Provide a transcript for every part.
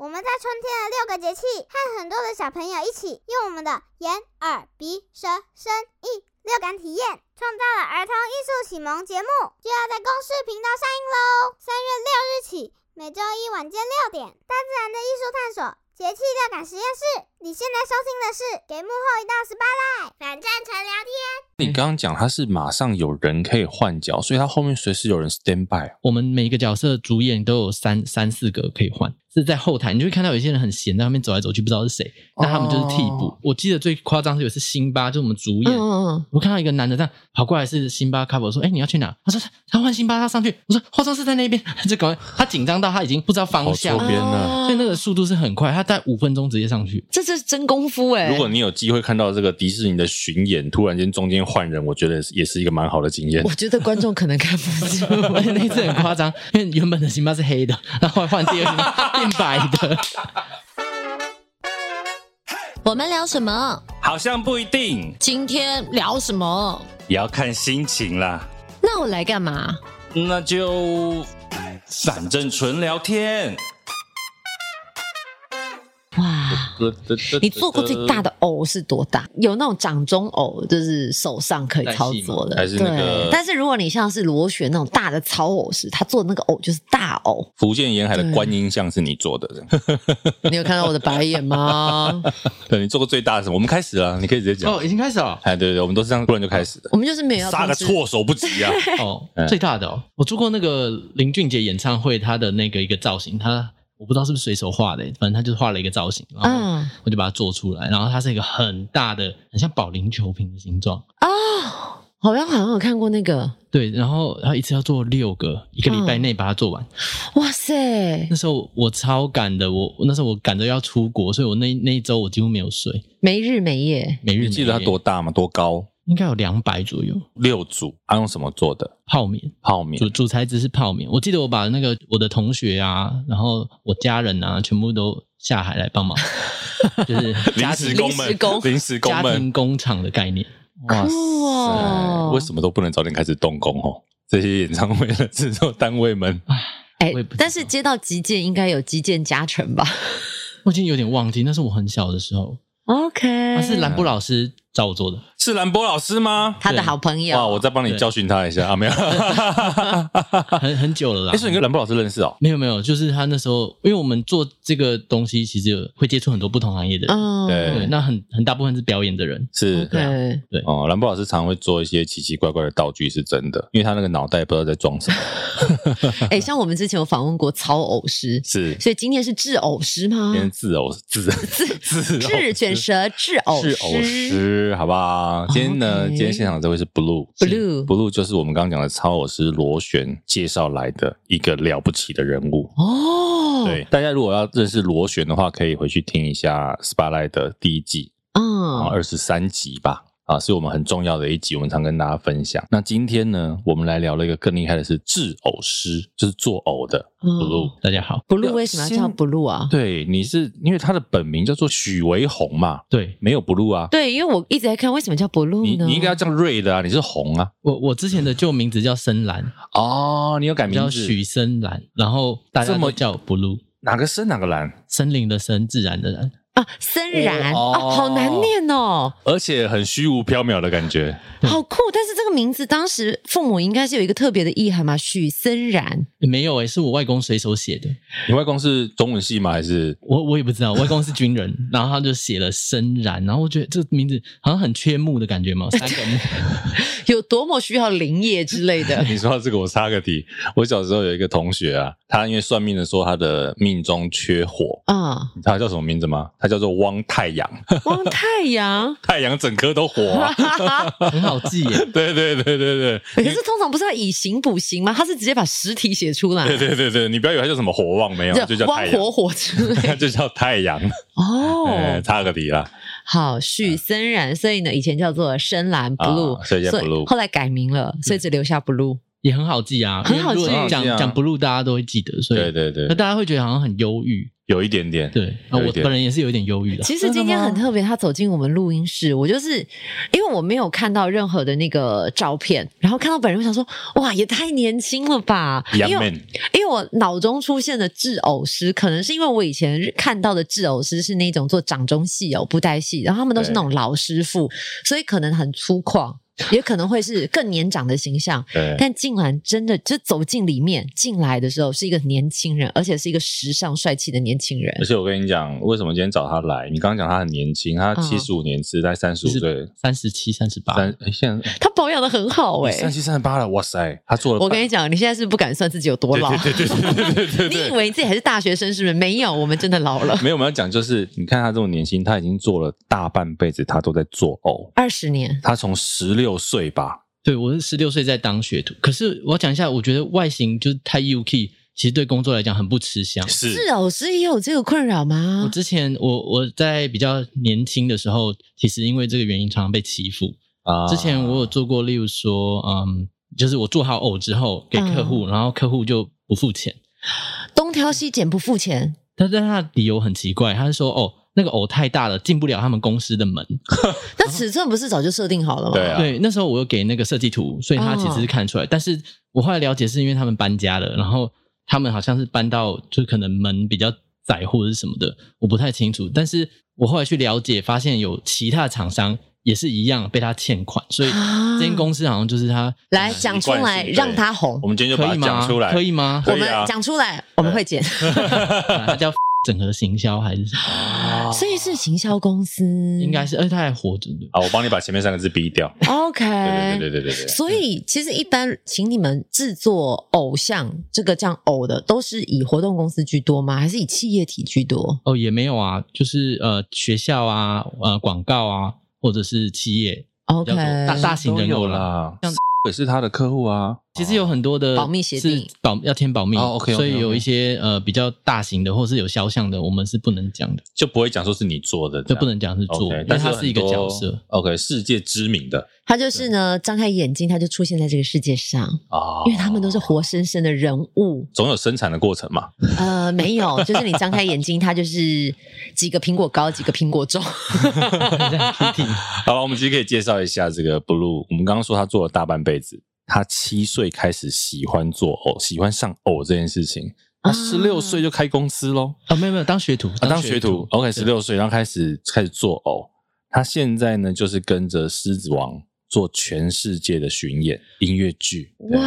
我们在春天的六个节气和很多的小朋友一起，用我们的眼、耳、鼻、舌、身、意六感体验，创造了儿童艺术启蒙节目，就要在公视频道上映喽！三月六日起，每周一晚间六点，大自然的艺术探索。节气六感实验室，你现在收听的是《给幕后一道十八赖》，反战成聊天。嗯你刚刚讲他是马上有人可以换角，所以他后面随时有人 stand by。我们每一个角色主演都有三三四个可以换，是在后台，你就会看到有些人很闲，在外面走来走去，不知道是谁，那他们就是替补。哦我记得最夸张是有一次辛巴，就是我们主演，嗯嗯嗯，我看到一个男的这样跑过来是辛巴 cover，我说：“哎、你要去哪？”他说：“他换辛巴，他上去。”我说：“化妆师在那边。”就赶快，他紧张到他已经不知道方向跑错了，边了啊所以那个速度是很快，他在五分钟直接上去。 这是真功夫哎、如果你有机会看到这个迪士尼的巡演，突然间中间换人，我觉得也是一个蛮好的经验我。觉得观众可能看不出而且那一次很夸张，因为原本的辛巴是黑的，然后后来换第二个辛巴变白的。我们聊什么？好像不一定，今天聊什么？也要看心情啦。那我来干嘛？那就反正纯聊天。哇！呃你做过最大的偶是多大？有那种掌中偶，就是手上可以操作的，带戏吗还是那个。对。但是如果你像是螺旋那种大的草偶是，他做的那个偶就是大偶福建沿海的观音像是你做的，这样 你有看到我的白眼吗？对，你做过最大的是什么？我们开始了，你可以直接讲。哦，已经开始了。哎，对对对，我们都是这样，突然就开始的，我们就是没有要杀个通知措手不及啊！ 哦嗯，最大的哦，我做过那个林俊杰演唱会，他的那个一个造型，他我不知道是不是随手画的，反正他就是画了一个造型，然后嗯我就把它做出来，然后它是一个很大的，很像保龄球瓶的形状，啊、好像好像有看过那个，对，然后然后一次要做六个，一个礼拜嗯内把它做完。哇塞那，时候我超赶的，我那时候我赶着要出国，所以我那那一周我几乎没有睡，没日没夜，每 你日记得它每夜多大吗？多高？应该有两百左右，六组，它用什么做的？泡棉。泡面主。主材质是泡面，我记得我把那个我的同学啊，然后我家人啊，全部都下海来 帮忙，就是临家时庭工临时们工，临时工家庭们，工厂的概念。哇酷哦塞！为什么都不能早点开始动工哦？这些演唱会的制作单位们，哎我也不知道但是接到击剑应该有击剑加成吧我已经有点忘记，那是我很小的时候， ？OK，啊那嗯是兰波老师找我做的。是兰波老师吗？他的好朋友。哇，我再帮你对教训他一下啊！没 有，哎，很很久了啦。所以你跟兰波老师认识哦？没有没有，就是他那时候，因为我们做这个东西，其实有会接触很多不同行业的人，嗯，对对，那很很大部分是表演的人，是对，哦，兰波老师常会做一些奇奇怪怪的道具，是真的，因为他那个脑袋不知道在装什么。哎、像我们之前有访问过操偶师，是，所以今天是制偶师吗？今天自偶自 自智卷舌制偶是偶师，好不好？今天呢，哦 OK 今天现场这位是 Blue。 Blue 不露就是我们刚刚讲的超偶师螺旋介绍来的一个了不起的人物。哦，对，，大家如果要认识螺旋的话，可以回去听一下《Spotlight》的第一季，啊，嗯，二十三集吧。啊，是我们很重要的一集，我们常跟大家分享。那今天呢，我们来聊了一个更厉害的是制偶师，就是做偶的嗯 Blue。大家好，不露为什么要叫不露啊？对，你是因为他的本名叫做许维红嘛，对没有 Blue 啊，对，因为我一直在看为什么叫不露你呢？你应该要叫瑞的啊，你是红啊。我我之前的旧名字叫深蓝，哦，你有改名叫字？许深蓝，然后大家这么都叫 blue，哪个深哪个蓝，森林的森，自然的然，啊，森然哦啊，好难念哦，而且很虚无缥缈的感觉。好酷！但是这个名字当时父母应该是有一个特别的意涵嘛，许森然没有诶、欸是我外公随手写的，你外公是中文系吗？还是。我我也不知道，我外公是军人， 然后他就写了深然，然后我觉得这名字好像很缺木的感觉嘛，三个木，有多么需要林业之类的 你说到这个，我插个题。我小时候有一个同学啊，他因为算命的说他的命中缺火，啊、你知道他叫什么名字吗？他叫做汪太阳，光太阳，太阳整颗都火、啊。很好记耶、对对对对对 可是通常不是要以形补形吗？他是直接把实体写出来，对对对对，你不要以为他叫什么火旺，没有，就叫太汪火阳，火之类他 就叫太阳。 哦。哎插个题啦，好，许森然，所以呢，以前叫做深蓝啊 blue，、所以叫 blue 后来改名了，所以只留下 blue。也很好记啊，很好记因为如果很好讲记啊讲 blue 大家都会记得，所以对对对那，大家会觉得好像很忧郁，有一点点，对，啊有一我点本人也是有一点忧郁的。其实今天很特别，他走进我们录音室，我就是因为我没有看到任何的那个照片，然后看到本人，我想说，哇，也太年轻了吧！因 young 为 man，因为我脑中出现的制偶师，可能是因为我以前看到的制偶师是那种做掌中戏偶、布袋戏，然后他们都是那种老师傅，所以可能很粗犷， 也可能会是更年长的形象。对，但竟然真的就走进里面进来的时候是一个年轻人，而且是一个时尚帅气的年轻人而。且我跟你讲，为什么今天找他来？你刚刚讲他很年轻，他七十五年次，在三十五岁，三十七、三嗯十八，哦三诶现在他保养的很好哎、三七三十八了，哇塞，他做了半，我跟你讲，你现在是不敢算自己有多老，对对对对对对你 以对。为自己还是大学生是不是？没有，我们真的老了没有，我们要讲就是，你看他这种年薪，他已经做了大半辈子，他都在做偶。二十年。他从十六岁吧，对我是十六岁在当学徒。可是我要讲一下，我觉得外形就是太 UK，其实对工作来讲很不吃香。是是老师也有这个困扰我吗？之前我我在比较年轻的时候，其实因为这个原因常常被欺负。啊之前我有做过，例如说，嗯，就是我做好偶之后给客户，然后客户就不付钱。东挑西拣不付钱，但但他的理由很奇怪，他是说哦，那个偶太大了，进不了他们公司的门。那尺寸不是早就设定好了吗？对啊啊对，那时候我有给那个设计图，所以他其实是看出来。但是我后来了解，是因为他们搬家了，然后他们好像是搬到就可能门比较窄或者是什么的，我不太清楚。但是我后来去了解，发现有其他厂商也是一样被他欠款，所以啊这间公司好像就是他来讲出来，对让他红我。们今天就把可以它讲吗？出来，可以吗？可我以们啊讲出来，我们会剪。他叫 整合行销还是什么？啊 所以是行销公司，嗯应该是，哎而且他还活着。对不对好，我帮你把前面三个字逼掉。 OK。对对对对对对对。所以，其实一般请你们制作偶像这个这样偶的，都是以活动公司居多吗？还是以企业体居多？哦，也没有啊，就是呃学校啊，呃广告啊，或者是企业， OK，比较多大大型人有偶啦。啦，也是他的客户啊。其实有很多的保密协定是保要签保密哦，OK，OK，OK 所以有一些呃比较大型的或是有肖像的，我们是不能讲的，就不会讲说是你做的，就不能讲是这样做 OK，因为但它是是一个角色。。 OK，世界知名的他就是呢，张开眼睛，他就出现在这个世界上，哦啊，因为他们都是活生生的人物。总有生产的过程嘛。呃，没有，就是你张开眼睛，他就是几个苹果高，几个苹果重。 好了，我们其实可以介绍一下这个 Blue。我们刚刚说他做了大半辈子，他七岁开始喜欢做偶，喜欢上偶这件事情。他啊十六岁就开公司喽，啊，没有没有，当学徒，啊，当学徒。OK，十对六岁，然后开始开始做偶。他现在呢，就是跟着狮子王做全世界的巡演音乐剧。对哇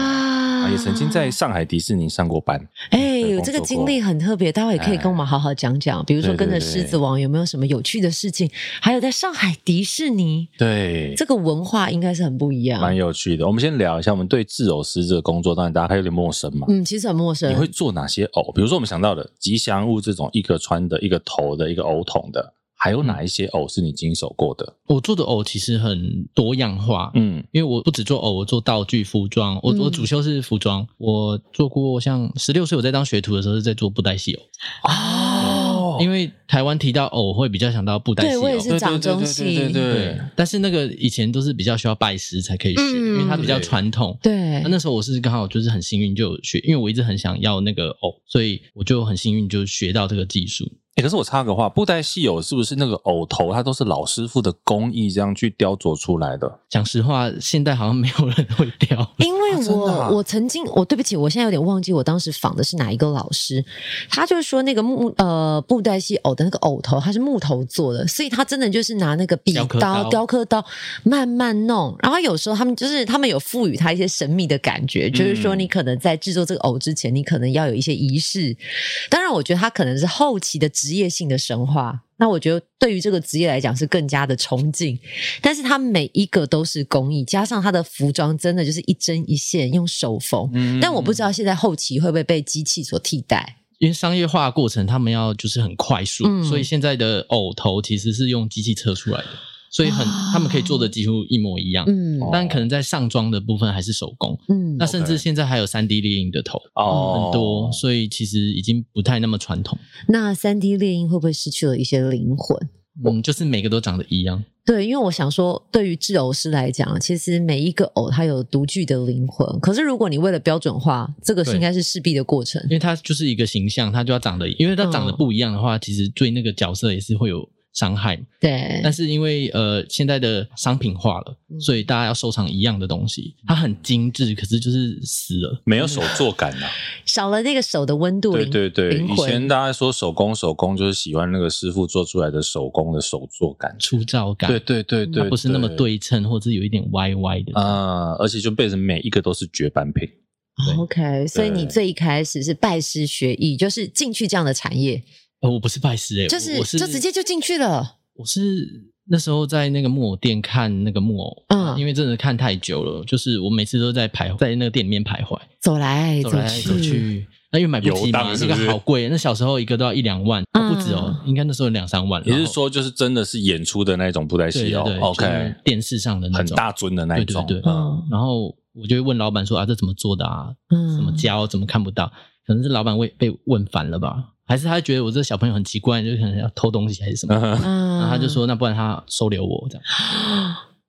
啊，也曾经在上海迪士尼上过班。哎，对有工这个作经过哎历很特别，待会可以跟我们好好讲讲，比如说对跟对着对狮子王有没有什么有趣的事情，还有在上海迪士尼对，这个文化应该是很不一样。蛮有趣的。我们先聊一下，我们对制偶师这个工作，当然大家有点陌生嘛。嗯，其实很陌生。你会做哪些偶？比如说我们想到的吉祥物这种一个穿的、一个头的、一个偶筒的，还有嗯哪一些偶是你经手过的？我做的偶其实很多样化，嗯，因为我不只做偶，我做道具、服装，我我嗯主修是服装，我做过像十六岁我在当学徒的时候是在做布袋戏偶，哦，因为台湾提到偶会比较想到布袋戏对偶，我也是掌中对戏，对，但是那个以前都是比较需要拜师才可以学，嗯因为它比较传统。对那，那时候我是刚好就是很幸运就有学，因为我一直很想要那个偶，所以我就很幸运就学到这个技术。欸可是我插个话，布袋戏偶是不是那个偶头，它都是老师傅的工艺这样去雕琢出来的？讲实话，现在好像没有人会雕。因为啊真的我、啊我曾经，我对不起，我现在有点忘记我当时访的是哪一个老师，他就是说那个木呃布袋戏偶的那个偶头，它是木头做的，所以他真的就是拿那个笔雕刻刀、刀雕刻刀慢慢弄，然后有时候他们就是他们有赋予他一些神秘的感觉，就是说嗯你可能在制作这个偶之前，你可能要有一些仪式，当然我觉得他可能是后期的职业性的神话。那我觉得对于这个职业来讲是更加的崇敬，但是它每一个都是工艺，加上它的服装真的就是一针一线用手缝。嗯但我不知道现在后期会不会被机器所替代。因为商业化的过程，他们要就是很快速，嗯所以现在的偶头其实是用机器测出来的，所以很哇他们可以做的几乎一模一样，啊嗯哦但可能在上妆的部分还是手工。嗯那，甚 OK 至现在还有三 D 猎鹰的头，哦很多，所以其实已经不太那么传统。那三 D 猎鹰会不会失去了一些灵魂？嗯，就是每个都长得一样。对，因为我想说，对于制偶师来讲，其实每一个偶它有独具的灵魂。可是如果你为了标准化，这个是对应该是势必的过程。因为它就是一个形象，它就要长得，因为它长得嗯不一样的话，其实对那个角色也是会有伤害。对，但是因为呃现在的商品化了，嗯所以大家要收藏一样的东西，它很精致，可是就是死了。没有手作感啊。少了那个手的温度，对灵对对，灵以前魂。哦大家说手工手工，就是喜欢那个师傅做出来的手工的手作感。粗糙感，对对对对，它不是那么对对称，或者是有一点歪歪的。啊、而且就变成每一个都是绝版品。对 OK，所以你最一开始是拜师学艺，就是进去这样的产业，呃，我不是拜师哎、就我是我是就直接就进去了。我是那时候在那个木偶店看那个木偶，嗯因为真的看太久了，就是我每次都在徘在那个店里面徘徊，走来走来去，走去，那因为买不起游嘛荡，是那不个是好贵，那小时候一个都要一两万，嗯哦不止哦，应该那时候有两三万。哦也然是后说，就是真的是演出的那种布袋对戏对哦对就是，OK，电视上的那很种大尊的那一种，对对对嗯嗯然后我就会问老板说啊，这怎么做的啊？嗯怎么教？怎么看不到？可能是老板会被问烦了吧？还是他觉得我这小朋友很奇怪，就可能要偷东西还是什么？嗯嗯啊然后他就说，那不然他收留我这样，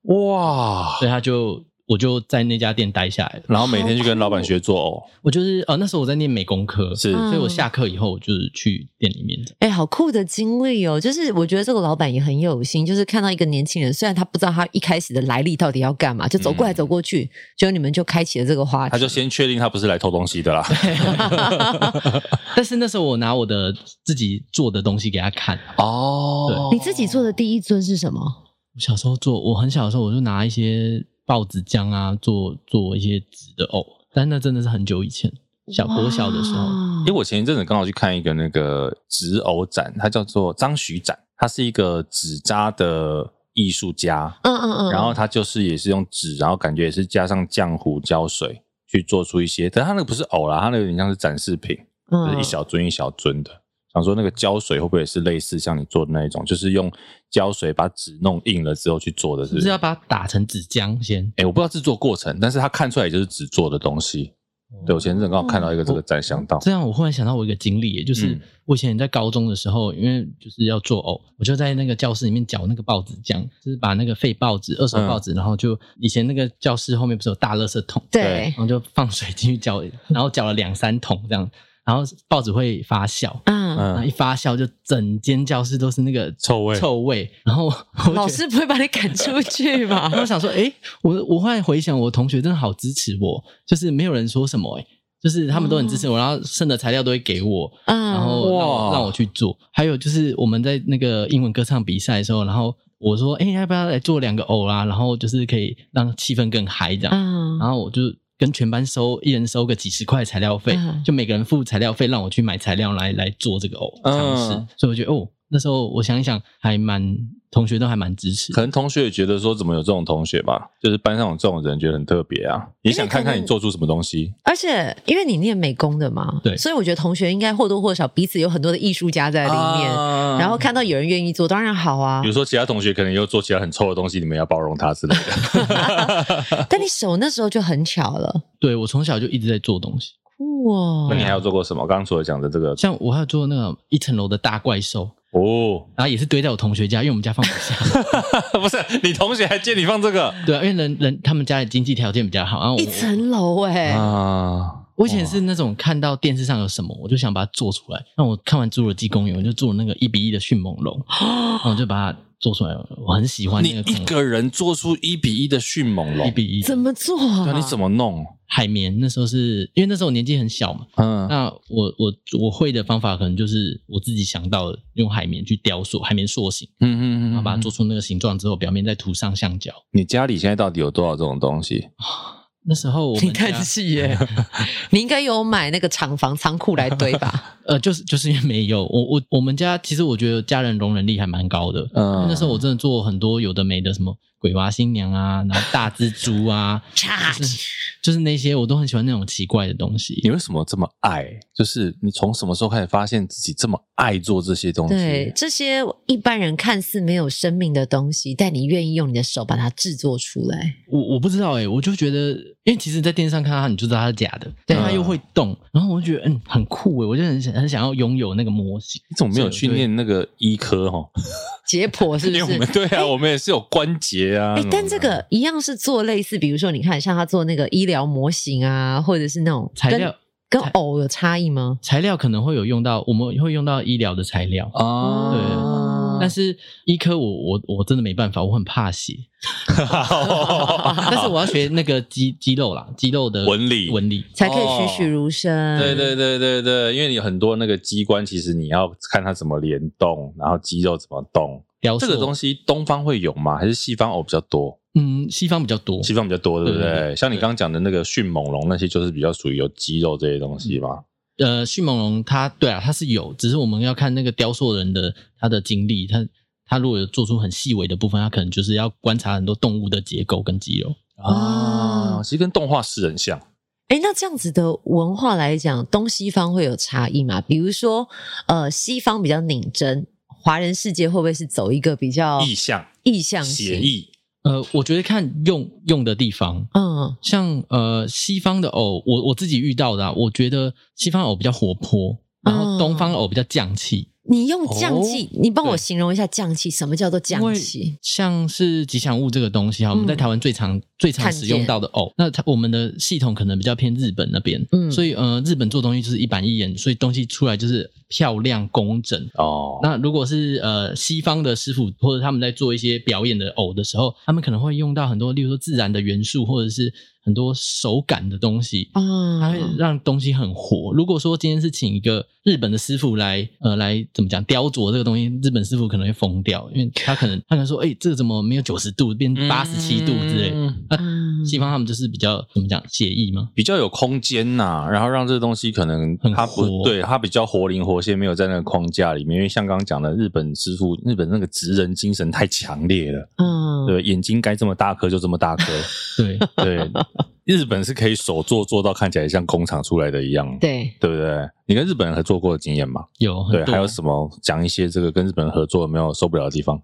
哇所，以他就我就在那家店待下来了。然后每天去跟老板学哦作偶，我就是呃那时候我在念美工科，是所嗯以我下课以后我就是去店里面的。哎、好酷的经历哦！就是我觉得这个老板也很有心，就是看到一个年轻人，虽然他不知道他一开始的来历到底要干嘛，就走过来嗯走过去，结果你们就开启了这个话题。他就先确定他不是来偷东西的 啦。但是那时候我拿我的自己做的东西给他看，哦，你自己做的第一尊是什么？我小时候做，我很小的时候我就拿一些报纸浆啊做做一些纸的偶，但那真的是很久以前，小国小的时候，哇因为我前一阵子刚好去看一个那个纸偶展，它叫做张徐展，他是一个纸扎的艺术家，嗯嗯嗯，然后它就是也是用纸，然后感觉也是加上浆糊胶水去做出一些，但它那个不是偶啦，它那个有点像是展示品，就嗯是一小樽一小樽的。想说那个胶水会不会也是类似像你做的那一种，就是用胶水把纸弄硬了之后去做的，是是不不是？是哎要、把它打成纸浆先？我不知道制作过程，但是它看出来就是纸做的东西。对我前阵子刚好看到一个这个展，想到哦这样我忽然想到我一个经历耶，就是嗯我以前在高中的时候，因为就是要做偶，我就在那个教室里面搅那个报纸浆，就是把那个废报纸、二手嗯报纸，然后就以前那个教室后面不是有大垃圾桶，对然，后就放水进去搅，然后搅了两三桶这样，然后报纸会发酵，嗯，然后一嗯，发酵就整间教室都是那个臭味臭味。然后我老就觉得，师不会把你赶出 去吧？然后我想说，诶，我我后来回想，我同学真的好支持我，就是没有人说什么、诶，就是他们都很支持我，然后剩的材料都会给我，哦嗯，然后让我哇让我去做。还有就是我们在那个英文歌唱比赛的时候，然后我说，诶，要不要来做两个偶啦、然后就是可以让气氛更嗨这样。嗯，然后我就跟全班收，一人收个几十块材料费，嗯就每个人付材料费，让我去买材料来来做这个偶嗯尝试。所以我觉得哦，那时候我想一想，还蛮同学都还蛮支持可。能同学也觉得说怎么有这种同学吧，就是班上有这种人，觉得很特别啊，也想看看你做出什么东西。而且因为你念美工的嘛，对所以我觉得同学应该或多或少彼此有很多的艺术家在里面，啊然后看到有人愿意做，当然好啊比。如说其他同学可能又做其他很臭的东西，你们要包容他之类 的。但你手那时候就很巧了，对我从小就一直在做东西，哇！那你还有做过什么？刚刚除了讲的这个像我还有做那个一层楼的大怪兽，哦， 然后也是堆在我同学家，因为我们家放不 下。不是你同学还借你放这个对啊，因为人人他们家的经济条件比较好，然后我一层楼哎、啊？我以前是那种看到电视上有什么，我就想把它做出来。那我看完《侏罗纪公园》，我就做了那个一比一的迅猛龙，然后我就把它做出来了。我很喜欢你那个恐一个人做出一比一的迅猛龙一，比一的怎么做对啊？啊，你怎么弄？海绵？那时候是因为那时候我年纪很小嘛，嗯，那我我我会的方法可能就是我自己想到的，用海绵去雕塑，海绵塑形，嗯然后把它做。出那个形状之后，表面再涂上橡胶。你家里现在到底有多少这种东西？那时候我你们家叹气 耶、你应该有买那个厂房仓库来堆 吧？呃，就是就是因为没有我我我们家，其实我觉得家人容忍力还蛮高的。嗯那时候我真的做很多有的没的，什么鬼娃新娘啊，然后大蜘蛛 啊，就是就是那些我都很喜欢那种奇怪的东西。你为什么这么爱？就是你从什么时候开始发现自己这么爱做这些东西？对，这些一般人看似没有生命的东西，但你愿意用你的手把它制作出来。我我不知道哎、我就觉得，因为其实，在电视上看它，你就知道它是假的，但它又嗯会动，然后我就觉得，嗯，很酷哎、我就很想很想要拥有那个模型。你怎么没有去念那个医科哈？解剖 是因为不我是们？对啊，我们也是有关节啊。哎、那但种这的个一样是做类似，比如说你看，像他做那个医疗模型啊，或者是那种材跟料跟材偶有差异吗？材料可能会有用到，我们会用到医疗的材料，哦啊，但是医科我我我真的没办法，我很 怕血。但是我要学那个肌肌肉啦，肌肉的纹理纹理。才可以栩栩如生。对对对对对，因为你很多那个机关，其实你要看它怎么联动，然后肌肉怎么动。雕塑这个东西，西东方会有吗？还是西方偶比较多？嗯，西方比较多，西方比较多，对不对对对？像你刚刚讲的那个迅猛龙那些，就是比较属于有肌肉这些东西吧。呃，迅猛龙它对啊，它是有，只是我们要看那个雕塑人的他的经历，他他如果有做出很细微的部分，他可能就是要观察很多动物的结构跟肌肉。啊，哦啊其实跟动画是很像。哎，那这样子的文化来讲，东西方会有差异吗？比如说，呃，西方比较拧针，华人世界会不会是走一个比较哦意象、意向型写？意，呃，我觉得看用用的地方，嗯像呃西方的偶，我我自己遇到的、啊，我觉得西方偶比较活泼，然后东方偶比较犟气。你用匠气，你帮我对形容一下匠气，什么叫做因匠为气？像是吉祥物这个东西哈，我们嗯在台湾最常、最常看使用见到的偶，那它我们的系统可能比较偏日本那边，嗯所以呃，日本做东西就是一板一眼，所以东西出来就是漂亮工整。哦，那如果是呃西方的师傅或者他们在做一些表演的偶的时候，他们可能会用到很多，例如说自然的元素或者是很多手感的东西，它啊会嗯让东西很活。如果说今天是请一个日本的师傅来，呃，来怎么讲雕琢这个东西，日本师傅可能会疯掉，因为他 可能他可能说，哎、这个怎么没有九十度变八十七度之类的。嗯那嗯西方他们就是比较怎么讲写意嘛，比较有空间呐、然后让这个东西可能很它不活对，它比较活灵活现，没有在那个框架里面。因为像刚刚讲的，日本师傅，日本那个职人精神太强烈了，嗯对，眼睛该这么大颗就这么 大颗， 对，对，日本是可以手做做到看起来像工厂出来的一样，对对不对？你跟日本人合作过的经验吗？有很对，多还有什么讲一些这个跟日本人合作有没有受不了的地 方？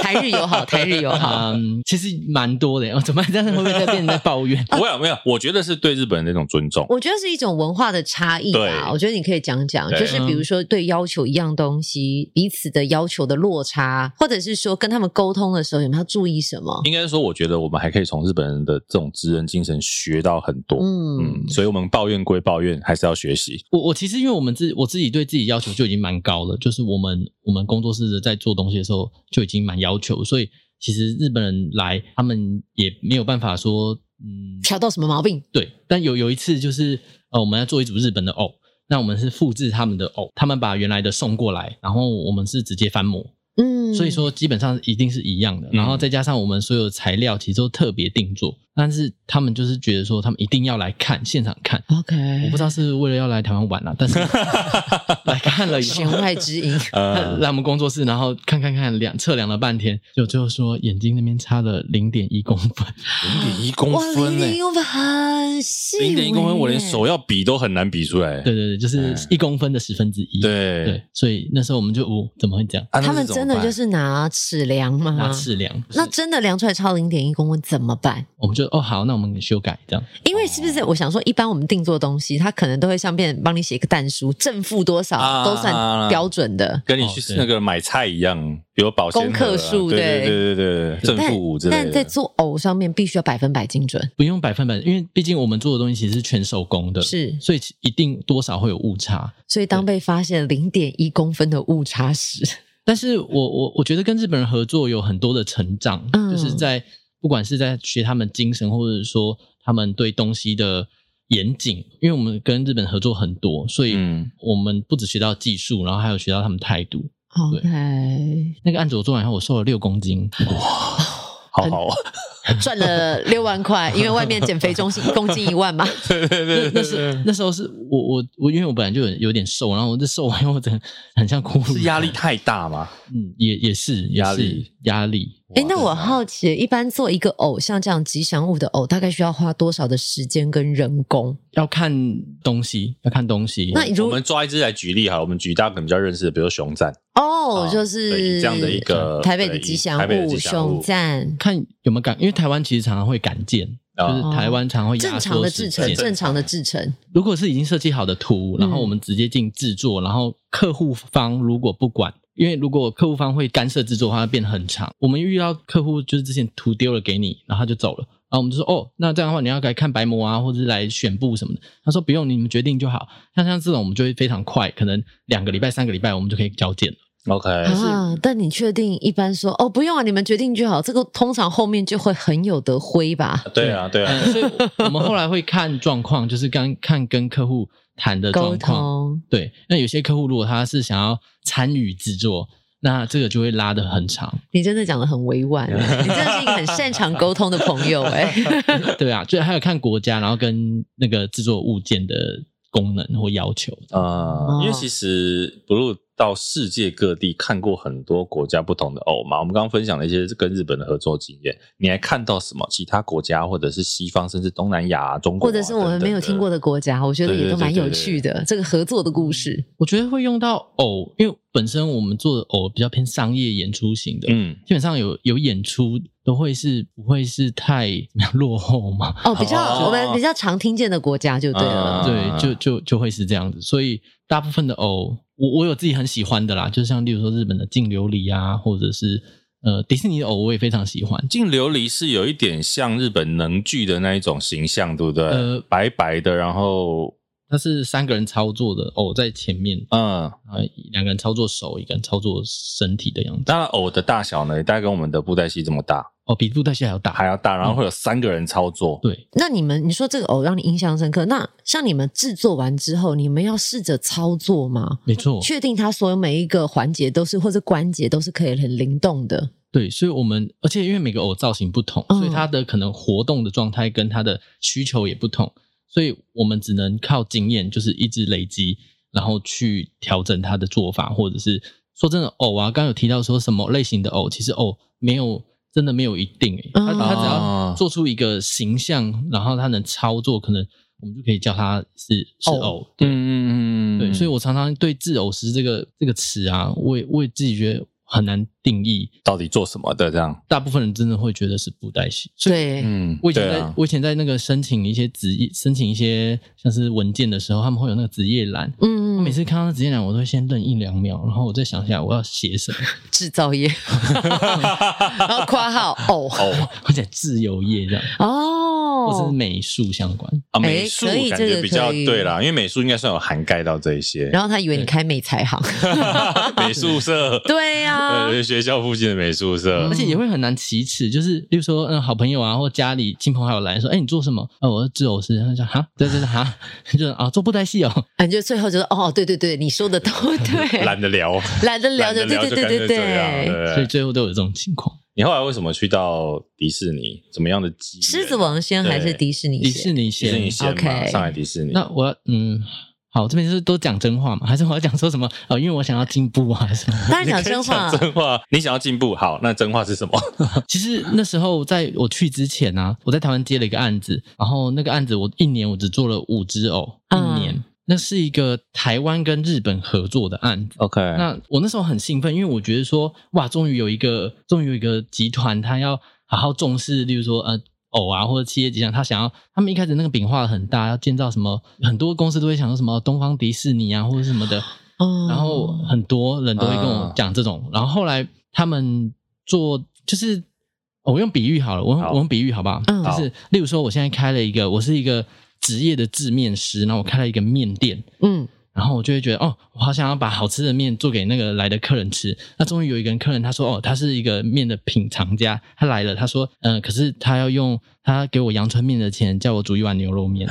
台日友好，台日友好。嗯，其实蛮多的。哦，怎么这样会不会在变成在抱怨？我啊有没有？我觉得是对日本人的一种尊重。我觉得是一种文化的差异吧。对我觉得你可以讲讲，对就是嗯比如说对要求一样东西，彼此的要求的落差，或者是说跟他们沟通的时候有没有要注意什么？应该说，我觉得我们还可以从日本人的这种职人精神学到很多。嗯嗯，所以我们抱怨归抱怨，还是要学习。我我其实因为我们自我自己对自己要求就已经蛮高了，就是我们我们工作室在做东西的时候就已经蛮要求，所以其实日本人来他们也没有办法说嗯挑到什么毛病？对，但有有一次就是呃我们要做一组日本的偶，那我们是复制他们的偶，他们把原来的送过来，然后我们是直接翻模，嗯，所以说基本上一定是一样的，嗯然后再加上我们所有材料其实都特别定做，但是他们就是觉得说他们一定要来看现场看。 OK，我不知道是为了要来台湾玩啦、啊但是来看了以后弦，外之音。呃他，来我们工作室，然后看看看量测量了半天，就最后说眼睛那边差了零点一公分，零点一 公哇，分零呢、点一公欸分很细，零点一公分，我连手。要比都很难比出来。对对对，就是嗯一公分的十分之一。对对，所以那时候我们就哦，怎么会这样？啊那他们是怎么真的办就是拿尺量吗？拿尺量，啊那真的量出来超零点一公分怎么办？我们就哦好，那我们修改这样。因为是不是我想说，一般我们定做东西，它可能都会像变帮你写一个蛋书，正负多少啊都算标准的。跟你哦去对那个买菜一样，比如保鲜功盒啊课数对对对对对对，正但负五之类但在的。做偶上面必须要百分百精准，不用百分百，因为毕竟我们做的东西其实是全手工的，是所以其一定多少会有误差。所以当被发现零点一公分的误差时，但是我我我觉得跟日本人合作有很多的成长，嗯就是在不管是在学他们精神，或者说他们对东西的严谨，因为我们跟日本合作很多，所以嗯我们不只学到技术，然后还有学到他们态度。 OK，那个案子我做完以后，我瘦了六公斤，好好，哦赚了六万块，因为外面减肥中心一公斤 一万嘛。对对对那对对那是那时候是我我我，因为我本来就有有点瘦，然后我这瘦完以后，我真的很像骷髅。是压力，太大吗？嗯，也也是也压是力压力。哎、那我好奇，一般做一个偶像这样吉祥物的偶，大概需要花多少的时间跟人工？要看东西，要看东西。那我如们抓一只来举例好了，我们举大家可能比较认识的，比如说熊赞，哦，啊就对是这样的一个台北的对吉以祥台北的物吉祥物熊赞，看有没有敢，因为台湾其实常常会敢建，嗯啊就是台湾常常会哦正压常缩的时制间成，。正常的制成，如果是已经设计好的图，然后我们直接进制作，嗯然后客户方如果不管，因为如果客户方会干涉制作的话，它变得很长。我们遇到客户就是之前图丢了给你，然后他就走了，然后我们就说哦，那这样的话你要来看白模啊，或者是来选布什么的。他说不用，你们决定就好。像像这种我们就会非常快，可能两个礼拜、三个礼拜我们就可以交件了。 ，OK，啊，但你确定一般说哦，不用啊，你们决定就好。这个通常后面就会很有得挥吧？对啊对啊，嗯，所以我们后来会看状况，就是刚看跟客户谈的沟状况。通对，那有些客户如果他是想要参与制作，那这个就会拉得很长。你真的讲的很委婉，你真的是 一个很擅长沟通的朋友哎、对啊，就还有看国家，然后跟那个制作物件的功能或要求。呃，因为哦其实 Blue 到世界各地看过很多国家不同的偶嘛，我们刚刚分享了一些跟日本的合作经验，你还看到什么其他国家或者是西方，甚至东南亚、中国啊、或者是我们没有听过的的国家，我觉得对也对都对蛮对有对趣的。这个合作的故事，我觉得会用到偶，因为本身我们做的偶比较偏商业演出型的，嗯，基本上有有演出都会是不会是太 落后嘛，哦，比较、啊哦我们比较常听见的国家就对了。啊对，就就就会是这样子。所以大部分的偶，我我有自己很喜欢的啦，就像例如说日本的净琉璃啊，或者是呃迪士尼的偶，我也非常喜欢。净琉璃是有一点像日本能剧的那一种形象，对不对？呃白白的，然后它是三个人操作的偶在前面，嗯，啊，两个人操作手，一个人操作身体的样子。当然偶的大小呢，大概跟我们的布袋戏这么大，哦，比布袋戏还要大。还要大，然后会有三个人操作。对，那你们，你说这个偶让你印象深刻，那像你们制作完之后，你们要试着操作吗？没错，确定它所有每一个环节都是，或者关节都是可以很灵动的。对，所以我们而且因为每个偶造型不同，嗯所以它的可能活动的状态跟它的需求也不同，所以我们只能靠经验，就是一直累积，然后去调整它的做法，或者是说真的偶啊，刚刚有提到说什么类型的偶，其实偶没有真的没有一定、欸，它嗯它只哦要做出一个形象，然后它能操作，可能我们就可以叫它是是偶偶，嗯对。嗯嗯嗯，对，所以我常常对“制偶师”这个这个词啊，我也我也自己觉得很难定义。到底做什么的这样？大部分人真的会觉得是布袋戏。对，嗯，哎我以前对在、哎啊我以前在那个申请一些职业、申请一些像是文件的时候，他们会有那个职业栏。我嗯每，次看到那职业栏，我都会先愣一两秒，然后我再想想我要写什么。 制造业， 然后括号偶哦我写自由业这样，或是哦，美术相关。啊，哎美术可以感这觉个比较可以对啦，因为美术应该算有涵盖到这一些，然后他以为你开美材行， 美术社， 对啊呀、呃，学校附近的美术社而，且也会很难启齿，就是例如说，嗯，好朋友啊，或家里亲朋好友来说，哎、你做什么？啊，我是制偶师。他就说，哈，对对对，哈，就是啊，做布袋戏哦。感觉最后就是哦，对对对，你说的都对，懒得聊，懒得 聊懒得的，对聊对就对干脆对这样对。对所对。以最后都有这种情况。你后来为什么去到迪士尼？怎么样的机缘狮子王先还是对迪士尼迪先？士尼迪先士，尼先嘛， OK 上海迪士尼。那我要嗯，好，这边就是都讲真话嘛，还是我要讲说什么？哦，因为我想要进步啊，还是什么？ 当然你可讲以真话，真话，你想要进步，好，那真话是什么？其实那时候在我去之前啊，我在台湾接了一个案子，然后那个案子我一年我只做了五只偶，嗯一年。那是一个台湾跟日本合作的案子。 OK， 那我那时候很兴奋，因为我觉得说，哇，终于有一个，终于有一个集团，他要好好重视，例如说，呃，偶啊，或者企业集团，他想要，他们一开始那个饼画得很大，要建造什么，很多公司都会想说什么东方迪士尼啊，或者什么的，哦然后很多人都会跟我啊讲这种，然后后来他们做就是、哦我用比喻好了，我用好我用比喻好不好？嗯就是例如说，我现在开了一个，我是一个职业的制面师，然后我开了一个面店，嗯，然后我就会觉得，哦，我好想要把好吃的面做给那个来的客人吃。那终于有一个人客人，他说，哦，他是一个面的品尝家，他来了，他说，嗯、可是他要用他给我阳春面的钱，叫我煮一碗牛肉面。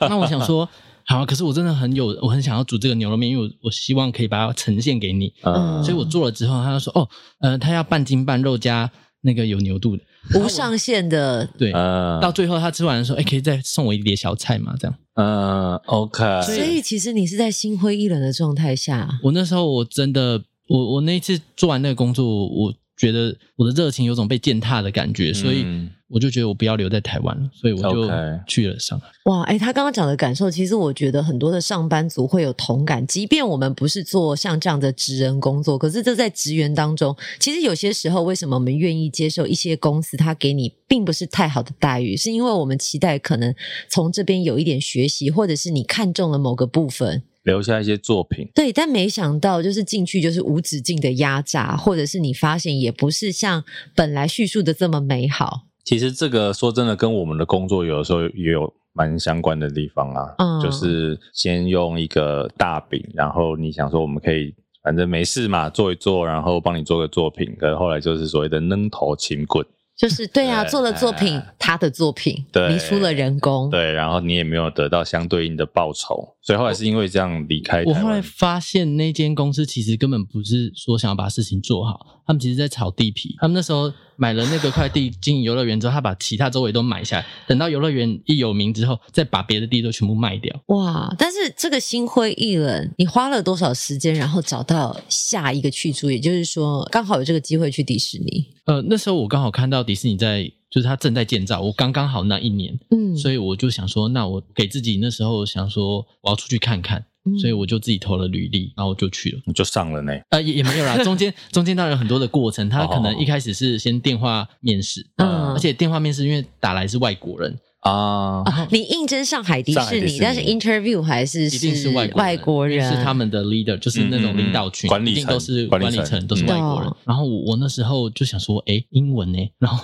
那我想说， 好，可是我真的很有，我很想要煮这个牛肉面，因为我我希 望可以把它呈现给你。嗯所以我做了之后，他就说，哦，呃，他要半筋半肉加那个有牛肚的，无上限的对。嗯到最后他吃完的时候，哎、可以再送我一碟小菜嘛？这样，嗯，OK，所以其实你是在心灰意冷的状态下，我那时候我真的，我我那一次做完那个工作，我觉得我的热情有种被践踏的感觉，所以嗯我就觉得我不要留在台湾了，所以我就 OK 去了上海。哇，哎、他刚刚讲的感受，其实我觉得很多的上班族会有同感，即便我们不是做像这样的职人工作，可是这在职员当中，其实有些时候，为什么我们愿意接受一些公司他给你并不是太好的待遇，是因为我们期待可能从这边有一点学习，或者是你看中了某个部分，留下一些作品，对，但没想到就是进去就是无止境的压榨，或者是你发现也不是像本来叙述的这么美好。其实这个说真的，跟我们的工作有的时候也有蛮相关的地方啊。嗯就是先用一个大饼，然后你想说我们可以反正没事嘛，做一做，然后帮你做个作品。可是后来就是所谓的扔头勤滚，就是对啊，对做了作品哎，他的作品，对你出了人嗯工，对，然后你也没有得到相对应的报酬，所以后来是因为这样离开我台后来湾。发现那间公司其实根本不是说想要把事情做好，他们其实在炒地皮。他们那时候买了那个块地经营游乐园之后，他把其他周围都买下来，等到游乐园一有名之后，再把别的地都全部卖掉。哇！但是这个心灰意冷，你花了多少时间，然后找到下一个去处？也就是说，刚好有这个机会去迪士尼，呃，那时候我刚好看到迪士尼在，就是它正在建造，我刚刚好那一年，嗯所以我就想说，那我给自己那时候想说我要出去看看，以所以我就自己投了履历，然后我就去了。你就上了呢，呃，也也没有啦，中 间中间当然有很多的过程，他哦可能一开始是先电话面试，呃嗯而且电话面试因为打来是外国人，啊，啊，你应征上海迪上海士迪士尼，尼但是 interview 还是一定是外国人外国人，因为是他们的 leader，就是那种领导群，嗯嗯嗯管理一层定都是管管理理层层，都是外国人嗯。然后我我那时候就想说，哎，英文呢？然后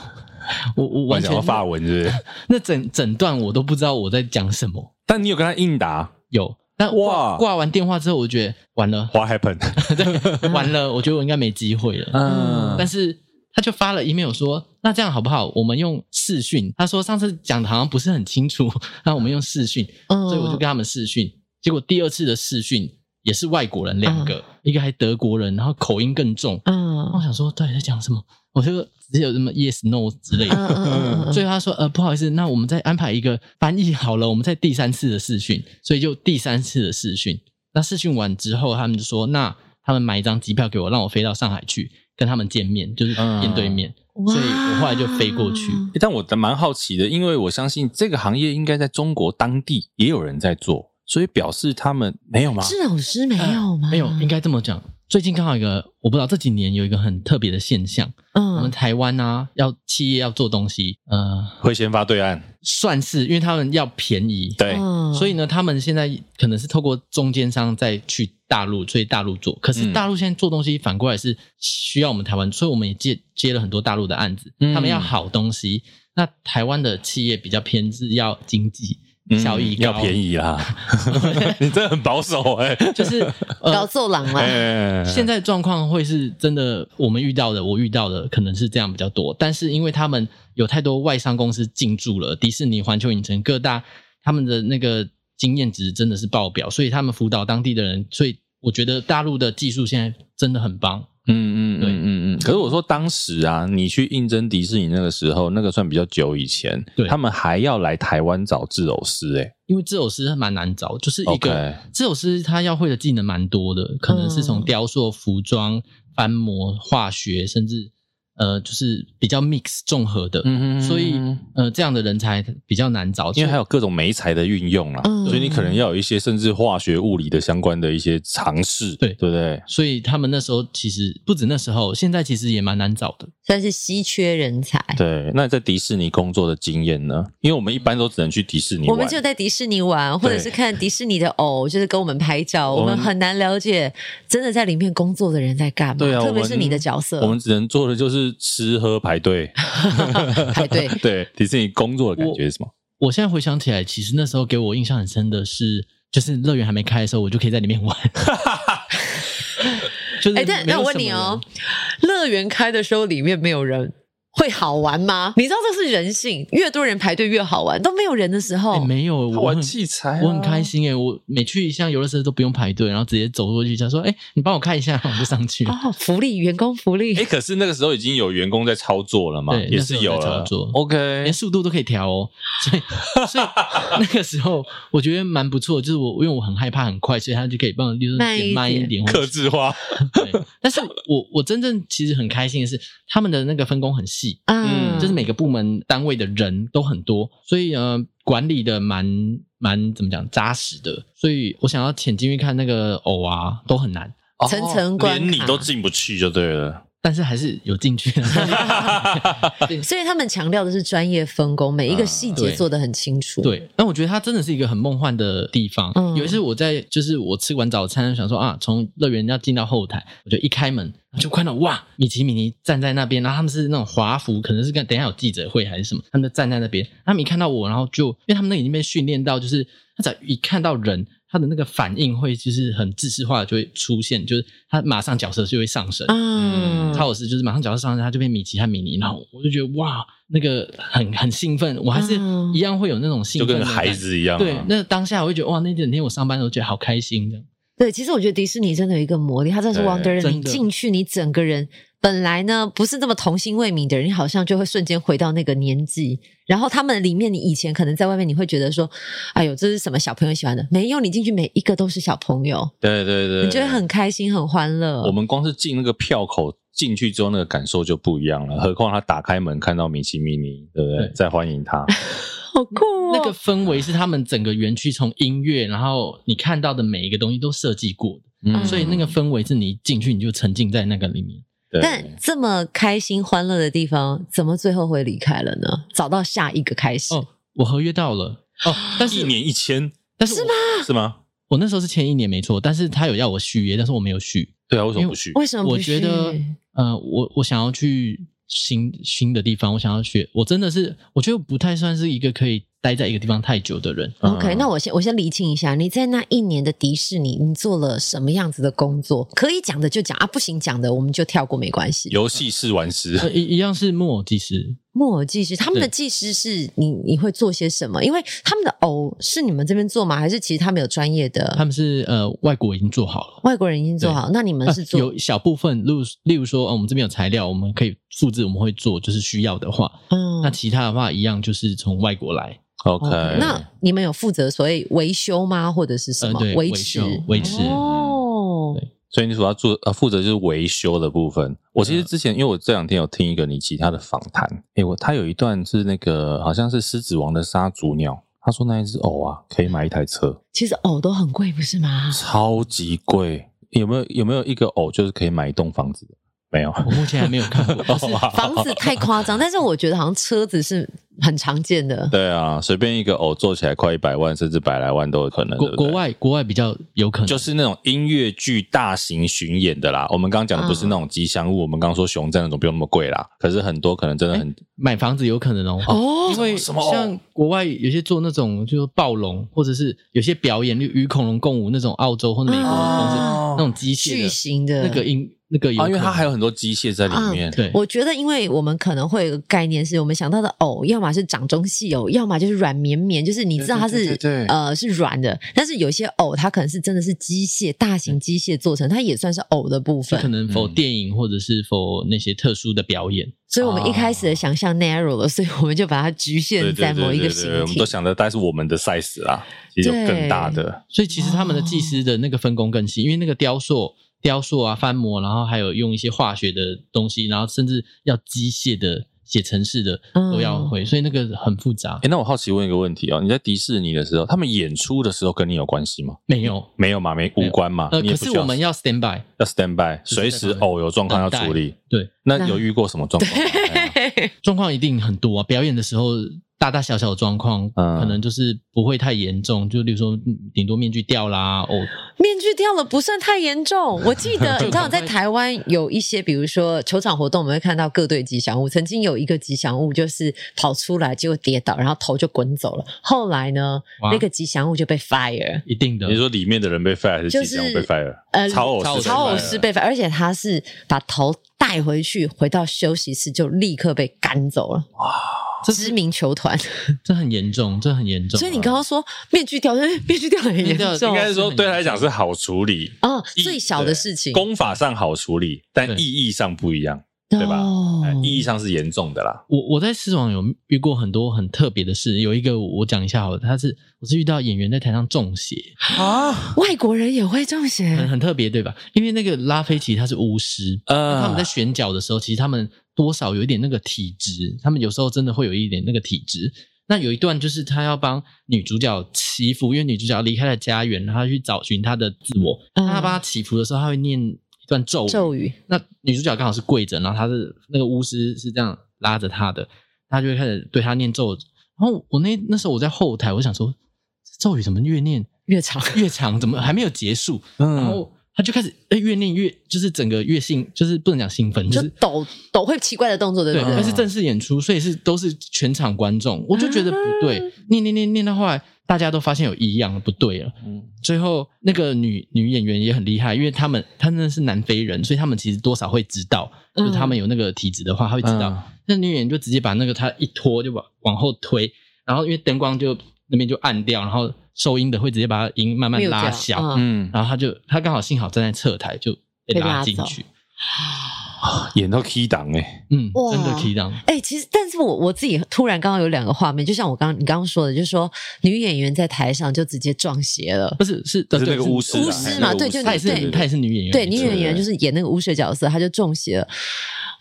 我我完完全全发文是不 是？那整整段我都不知道我在讲什么，但你有跟他应答有。但哇挂挂完电话之后，我觉得完了， ，What happened？ 对，完了，我觉得我应该没机会了。嗯但是他就发了 email 说，那这样好不好？我们用视讯。他说上次讲的好像不是很清楚， 那我们用视讯，嗯，所以我就跟他们视讯。结果第二次的视讯也是外国人两个，一个还德国人，然后口音更重。嗯我想说到底在讲什么，我就只有什么 yes no 之类嗯的。嗯嗯 嗯，所以他说：“呃，不好意思，那我们再安排一个翻译好了，我们在第三次的试训，所以就第三次的试训。那试训完之后，他们就说，那他们买一张机票给我，让我飞到上海去跟他们见面，就是嗯面对面。哇所以我后来就飞过去欸但我蛮好奇的，因为我相信这个行业应该在中国当地也有人在做，所以表示他们没有吗？是老师没有吗？啊没有，应该这么讲。最近刚好有一个，我不知道这几年有一个很特别的现象，我们嗯台湾啊，要企业要做东西，呃，会先发对岸，算是因为他们要便宜，对，嗯所以呢，他们现在可能是透过中间商再去大陆，所以大陆做。可是嗯大陆现在做东西反过来是需要我们台湾，所以我们也接接了很多大陆的案子。嗯他们要好东西，那台湾的企业比较偏是要经济嗯效益高，要便，宜 啦，你真的很保守哎、欸就是高呃。奏郎 嘛，哎现在状况会是真的，我们遇到的，我遇到的可能是这样比较多，但是因为他们有太多外商公司进驻了，迪士尼、环球影城各大，他们的那个经验值真的是爆表，所以他们辅导当地的人，所以我觉得大陆的技术现在真的很棒。嗯嗯对嗯嗯嗯。可是我说当时啊，你去应征迪士尼那个时候，那个算比较久以前，对他们还要来台湾找制偶师哎、欸因为这首诗蛮难找，就是一 OK 个这首诗他要会的技能蛮多的，可能是从雕塑、服装、翻模、化学，甚至呃，就是比较 mix 综合的。嗯所以呃，这样的人才比较难找，因为还有有各种媒材的运用啦，啊嗯所以你可能要有一些甚至化学、物理的相关的一些尝试，对对不对？所以他们那时候其实不止那时候，现在其实也蛮难找的。算是稀缺人才。对，那你在迪士尼工作的经验呢？因为我们一般都只能去迪士尼玩，我们只有在迪士尼玩，或者是看迪士尼的偶，就是跟我们拍照，我我们们很难了解真的在里面工作的人在干嘛，对啊，特别我是们你的角色，我们只能做的就是吃喝排队。排队。对，迪士尼工作的感觉是什么？我现在回想起来，其实那时候给我印象很深的是，就是乐园还没开的时候，我就可以在里面玩。 就是哎，但没有哎那我什问么你哦人哦，乐园开的时候里面没有人，会好玩吗？你知道这是人性，越多人排队越好玩，都没有人的时候，哎没有，我玩很器材、啊我很开。心哎、我每去一项游乐设施都不用排队，然后直接走过去，他说：“哎、你帮我看一下，我就上去。哦，福利员工福利，哎、可是那个时候已经有员工在操作了嘛，对也是有那时候了有在操作 OK，连速度都可以调哦，所以所以那个时候我觉得蛮不错，就是我因为我很害怕很快，所以他就可以帮我就是慢一减慢一点点，或者克制化。对，但是我我真正其实很开心的是，他们的那个分工很细，嗯，嗯就是每个部门单位的人都很多，所以呃管理的蛮蛮怎么讲扎实的，所以我想要潜进去看那个偶啊都很难，层层关卡连你都进不去就对了。但是还是有进去的。所以他们强调的是专业分工，每一个细节对做得很清楚。，啊对，那我觉得它真的是一个很梦幻的地方。嗯有一次我在就是我吃完早餐，想说啊，从乐园要进到后台，我就一开门就看到哇，米奇米妮站在那边，然后他们是那种华服，可能是跟等一下有记者会还是什么，他们就站在那边，他们一看到我，然后就因为他们那已经被训练到，就是他只要一看到人。他的那个反应会就是很自式化的就会出现，就是他马上角色就会上升，嗯，超老师就是马上脚到上山，他就变米奇和米妮，然后我就觉得哇，那个很很兴奋，我还是嗯一样会有那种兴就奋的跟感觉，孩子一样、啊，对，那当下我会觉得哇，那整天我上班都觉得好开心这样。对，其实我觉得迪士尼真的有一个魔力，它真的是对 Wonderland。你真的进去，你整个人本来呢不是这么童心未泯的人，你好像就会瞬间回到那个年纪。然后他们里面，你以前可能在外面你会觉得说，哎呦，这是什么小朋友喜欢的？没有，你进去每一个都是小朋友，对对对，你觉得很开心，很欢嗯乐。我们光是进那个票口进去之后，那个感受就不一样了。何况他打开门看到米奇米妮，对不对？嗯对在欢迎他，好酷哦！那个氛围是他们整个园区从音乐，然后你看到的每一个东西都设计过的，嗯所以那个氛围是你一进去你就沉浸在那个里面。对但这么开心欢乐的地方，怎么最后会离开了呢？找到下一个开始，哦，我合约到了哦，但一是年一千但是我是吗？我那时候是签一年没错，但是他有要我续约，但是我没有续。对啊，为什么不去？为什么不我觉得去，呃，我我想要去新新的地方，我想要学，我真的是，我觉得我不太算是一个可以待在一个地方太久的人。 OK，嗯那我先我先厘清一下，你在那一年的迪士尼，你做了什么样子的工作？可以讲的就讲啊，不行讲的我们就跳过，没关系。游戏试玩师，呃一一样是木偶技师，木偶技师，他们的对技师是你你会做些什么？因为他们的偶是你们这边做吗？还是其实他们有专业的？他们是呃外国已经做好了。外国人已经做好，那你们呃是做、有小部分，例如例如说，呃，我们这边有材料，我们可以复制，我们会做，就是需要的话。嗯那其他的话，一样就是从外国来， OK，哦 OK，那你们有负责所谓维修吗？或者是什呃，么、对，维维持？修维持。嗯哦，对所以你主要做呃负责就是维修的部分。我其实嗯之前因为我这两天有听一个你其他的访谈，诶、我他有一段是那个好像是狮子王的杀竹鸟，他说那一只偶啊可以买一台车，其实偶都很贵，不是吗？超级贵。有没有有没有一个偶就是可以买一栋房子的？没 有，我目前还没有 看过，但是房子太夸张，但是我觉得好像车子是很常见的。对啊，随便一个偶做起来快一百万甚至百来万都有可能。国对不对国外国外比较有可能，就是那种音乐剧大型巡演的啦。我们刚刚讲的不是那种吉祥物，我们刚刚说熊赞那种不用那么贵啦。嗯可是很多可能真的很买房子有可能哦。哦因为什么什么像国外有些做那种就是暴龙，或者是有些表演，就与恐龙共舞那种澳洲或者美国的公司、哦那种机巨械型的的那个音那个有啊，可能、因为它还有很多机械在里面。对我觉得，因为我们可能会有个概念是，我们想到的藕，要么是掌中细藕，要么就是软绵绵，就是你知道它是对对对对对呃是软的，但是有些藕它可能是真的是机械大型机械做成，它也算是藕的部就可分。能否嗯电影或者是否那些特殊的表演，所以我们一开始的想象 narrow 了，所以我们就把它局哦对限对在对某一对个对形对，我们体都。想的，但是我们的 size 啦，其实有更大的。所以其实他们的技师的那个分工更细，因为那个雕塑、雕塑啊、翻模，然后还有用一些化学的东西，然后甚至要机械的写程式的嗯都要会，所以那个很复杂。哎，那我好奇问一个问题哦，你在迪士尼的时候，他们演出的时候跟你有关系吗？没有，没有嘛，没没无有关嘛。呃，你也可不需是要我们要 stand by，要 stand by，是随时 stand by 偶有状况要处理。对，那有遇过什么状况吗？ 哎状况一定很多啊，表演的时候大大小小的状况，嗯可能就是不会太严重，就例如说嗯顶多面具掉啦，哦，面具掉了不算太严重，我 记得你知道赶快在台湾有一些，比如说球场活动，我们会看到各队吉祥物。曾经有一个吉祥物就是跑出来，结果跌倒，然后头就滚走了。后来呢，哇那个吉祥物就被 fire，一定的你。说里面的人被 fire 还是就吉是祥物被 fire？呃超偶是超偶被超偶 fire 师被 fire，而且他是把头戴带回去，回到休息室就立刻被赶走了。这知是名球团，这很严重，这很严重啊。所以你刚刚说面具掉，面具掉很严面具掉重应应该该是是说说对对他他来来讲是讲是好处理，嗯哦，最小的事情，功法上好处理，但对意义上不一样，对对吧哦哎意义上是严重的啦。我我在狮网有遇过很多很特别的事，有一个我我讲一下好了，他是我是遇到演员在台上中邪，啊，外国人也会中很邪，很特别对吧？因为那个拉菲奇他是巫师，呃他们在嗯选角的时候，其实他们多少有一点那个体质，他们有时候真的会有一点那个体质。那有一段就是他要帮女主角祈福，因为女主角离开了家园，然后她去找寻她的自我。嗯那他帮她祈福的时候，他会念一段咒语。咒语那女主角刚好是跪着，然后她是那个巫师是这样拉着她的，她就会开始对她念咒。然后我那那时候我在后台，我想说这咒语怎么越念越长，越长，怎么还没有结束？然嗯，后他就开始哎、越念越就是整个越兴，就是不能讲兴奋，就就是抖抖会奇怪的动作，对对，不但对？是正式演出，所以是都是全场观众，我就觉得不对，啊念念念念到后来，大家都发现有异样了，不对了。最后那个女女演员也很厉害，因为他们她真的是南非人，所以他们其实多少会知道，嗯就是他们有那个体质的话，他会知道。嗯那女演员就直接把那个她一拖就往往后推，然后因为灯光就那边就暗掉，然后收音的会直接把音慢慢没有这拉样小，嗯嗯，然后他就他刚好幸好站在侧台就被被拉拉进走去，演到 key 档哎，嗯，哇真的 key down，哎、其实，但是我我自己突然刚刚有两个画面，就像我刚你刚刚说的，就是说女演员在台上就直接撞邪了。不是是就对是那对个巫师啊，巫师哎那嘛个对巫师就她也对是她也是女演员，对，没女错演员就是演那个巫师角色，她就中邪了。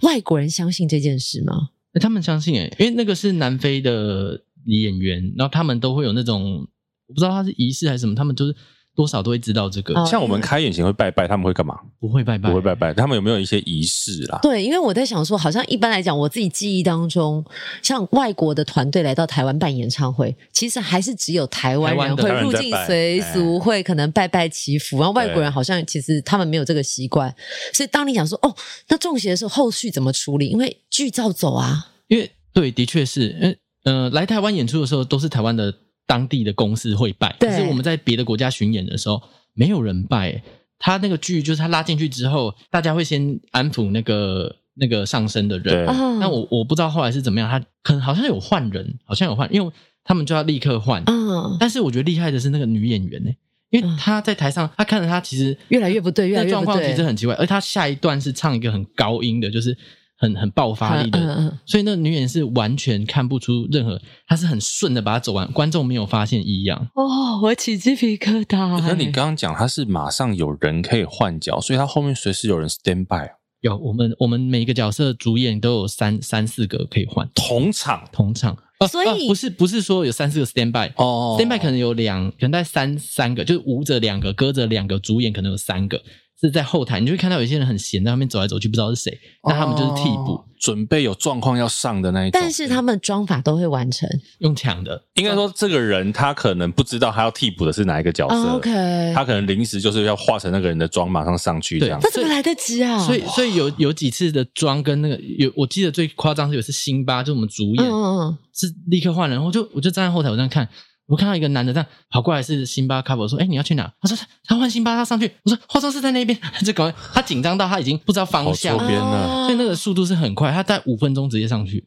外国人相信这件事吗？欸他们相信哎、因为那个是南非的女演员，然后他们都会有那种我不知道他是仪式还是什么，他们就是多少都会知道这个，哦像我们开演前会拜拜，他们会干嘛？不会拜拜，不会拜拜，他们有没有一些仪式啦？对，因为我在想说，好像一般来讲，我自己记忆当中，像外国的团队来到台湾办演唱会，其实还是只有台湾台人会湾人入在境拜随俗，哎会可能拜拜祈福，然后外国人好像其实他们没有这个习惯，所以当你想说哦，那中邪的时候后续怎么处理？因为剧照走啊，因为对，的确是，因为呃，来台湾演出的时候都是台湾的当地的公司会拜，对可是我们在别的国家巡演的时候，没有人拜、欸他那个剧就是他拉进去之后，大家会先安抚那个那个上身的人对，啊，但我我不知道后来是怎么样，他可能好像有换人，好像有换，因为他们就要立刻换。啊，但是我觉得厉害的是那个女演员呢、因为嗯她在台上，她看着她其实 越来越不对越来那越状不况对其实很奇怪，而她下一段是唱一个很高音的，就是很很爆发力的，嗯嗯嗯所以那个女演员是完全看不出任何，她是很顺的把它走完，观众没有发现异样。哦，我起鸡皮疙嗯瘩。欸那你刚刚讲他是马上有人可以换角，所以他后面随时有人 stand by，有我们我们每一个角色主演都有三三四个可以换同场同场，呃所以呃不是不是说有三四个 stand by，哦 stand by 可能有两，可能大概三三个，就是舞者两个，歌者两个，主演可能有三个，是在后台，你就会看到有些人很闲，在那边走来走去，不知道是谁，那他们就是替补，哦准备有状况要上的那一种。但是他们装法都会完成。用抢的，应该说，这个人他可能不知道他要替补的是哪一个角色。哦 OK，他可能临时就是要化成那个人的妆，马上上去这对样那。怎么来得及啊？所以所以有有几次的妆跟那个有，我记得最夸张是有一次辛巴，就我们主演、嗯嗯嗯，是立刻换人，我就我就站在后台我这样看。我看到一个男的这样跑过来，是辛巴 cover，我说：“哎、你要去哪？”他说：“他他换辛巴，他上去。”我说：“化妆师在那边。”他就赶快，他紧张到他已经不知道方向好周了，边呢啊所以那个速度是很快，他在五分钟直接上去。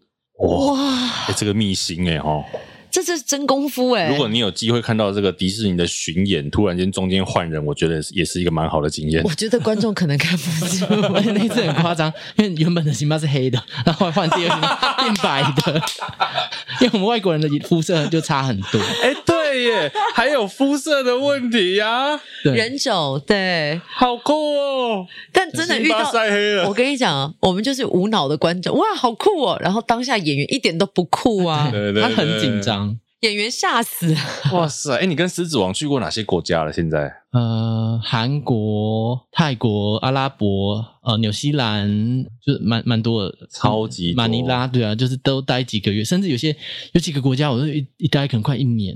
哇，哇，欸这个秘辛哎哦！这是真功夫哎、如果你有机会看到这个迪士尼的巡演，突然间中间换人，我觉得也是一个蛮好的经验我。觉得观众可能看不出而且那一次很夸张，因为原本的辛巴是黑的，然后换第二星 变白的， 因为我们外国人的肤色就差很多。哎、对耶，还有肤色的问题呀、对，人种对，好酷哦！但真的遇辛巴到晒黑了我跟你讲，啊我们就是无脑的观众，哇，好酷哦！然后当下演员一点都不酷 啊，对对他很紧张。演员吓死。哇塞，哎、你跟狮子王去过哪些国家了？现在呃，韩国、泰国、阿拉伯、呃，纽西兰，就是蛮蛮多的，超级多马尼拉，对啊，就是都待几个月，甚至有些有几个国家，我都一一待可能快一年。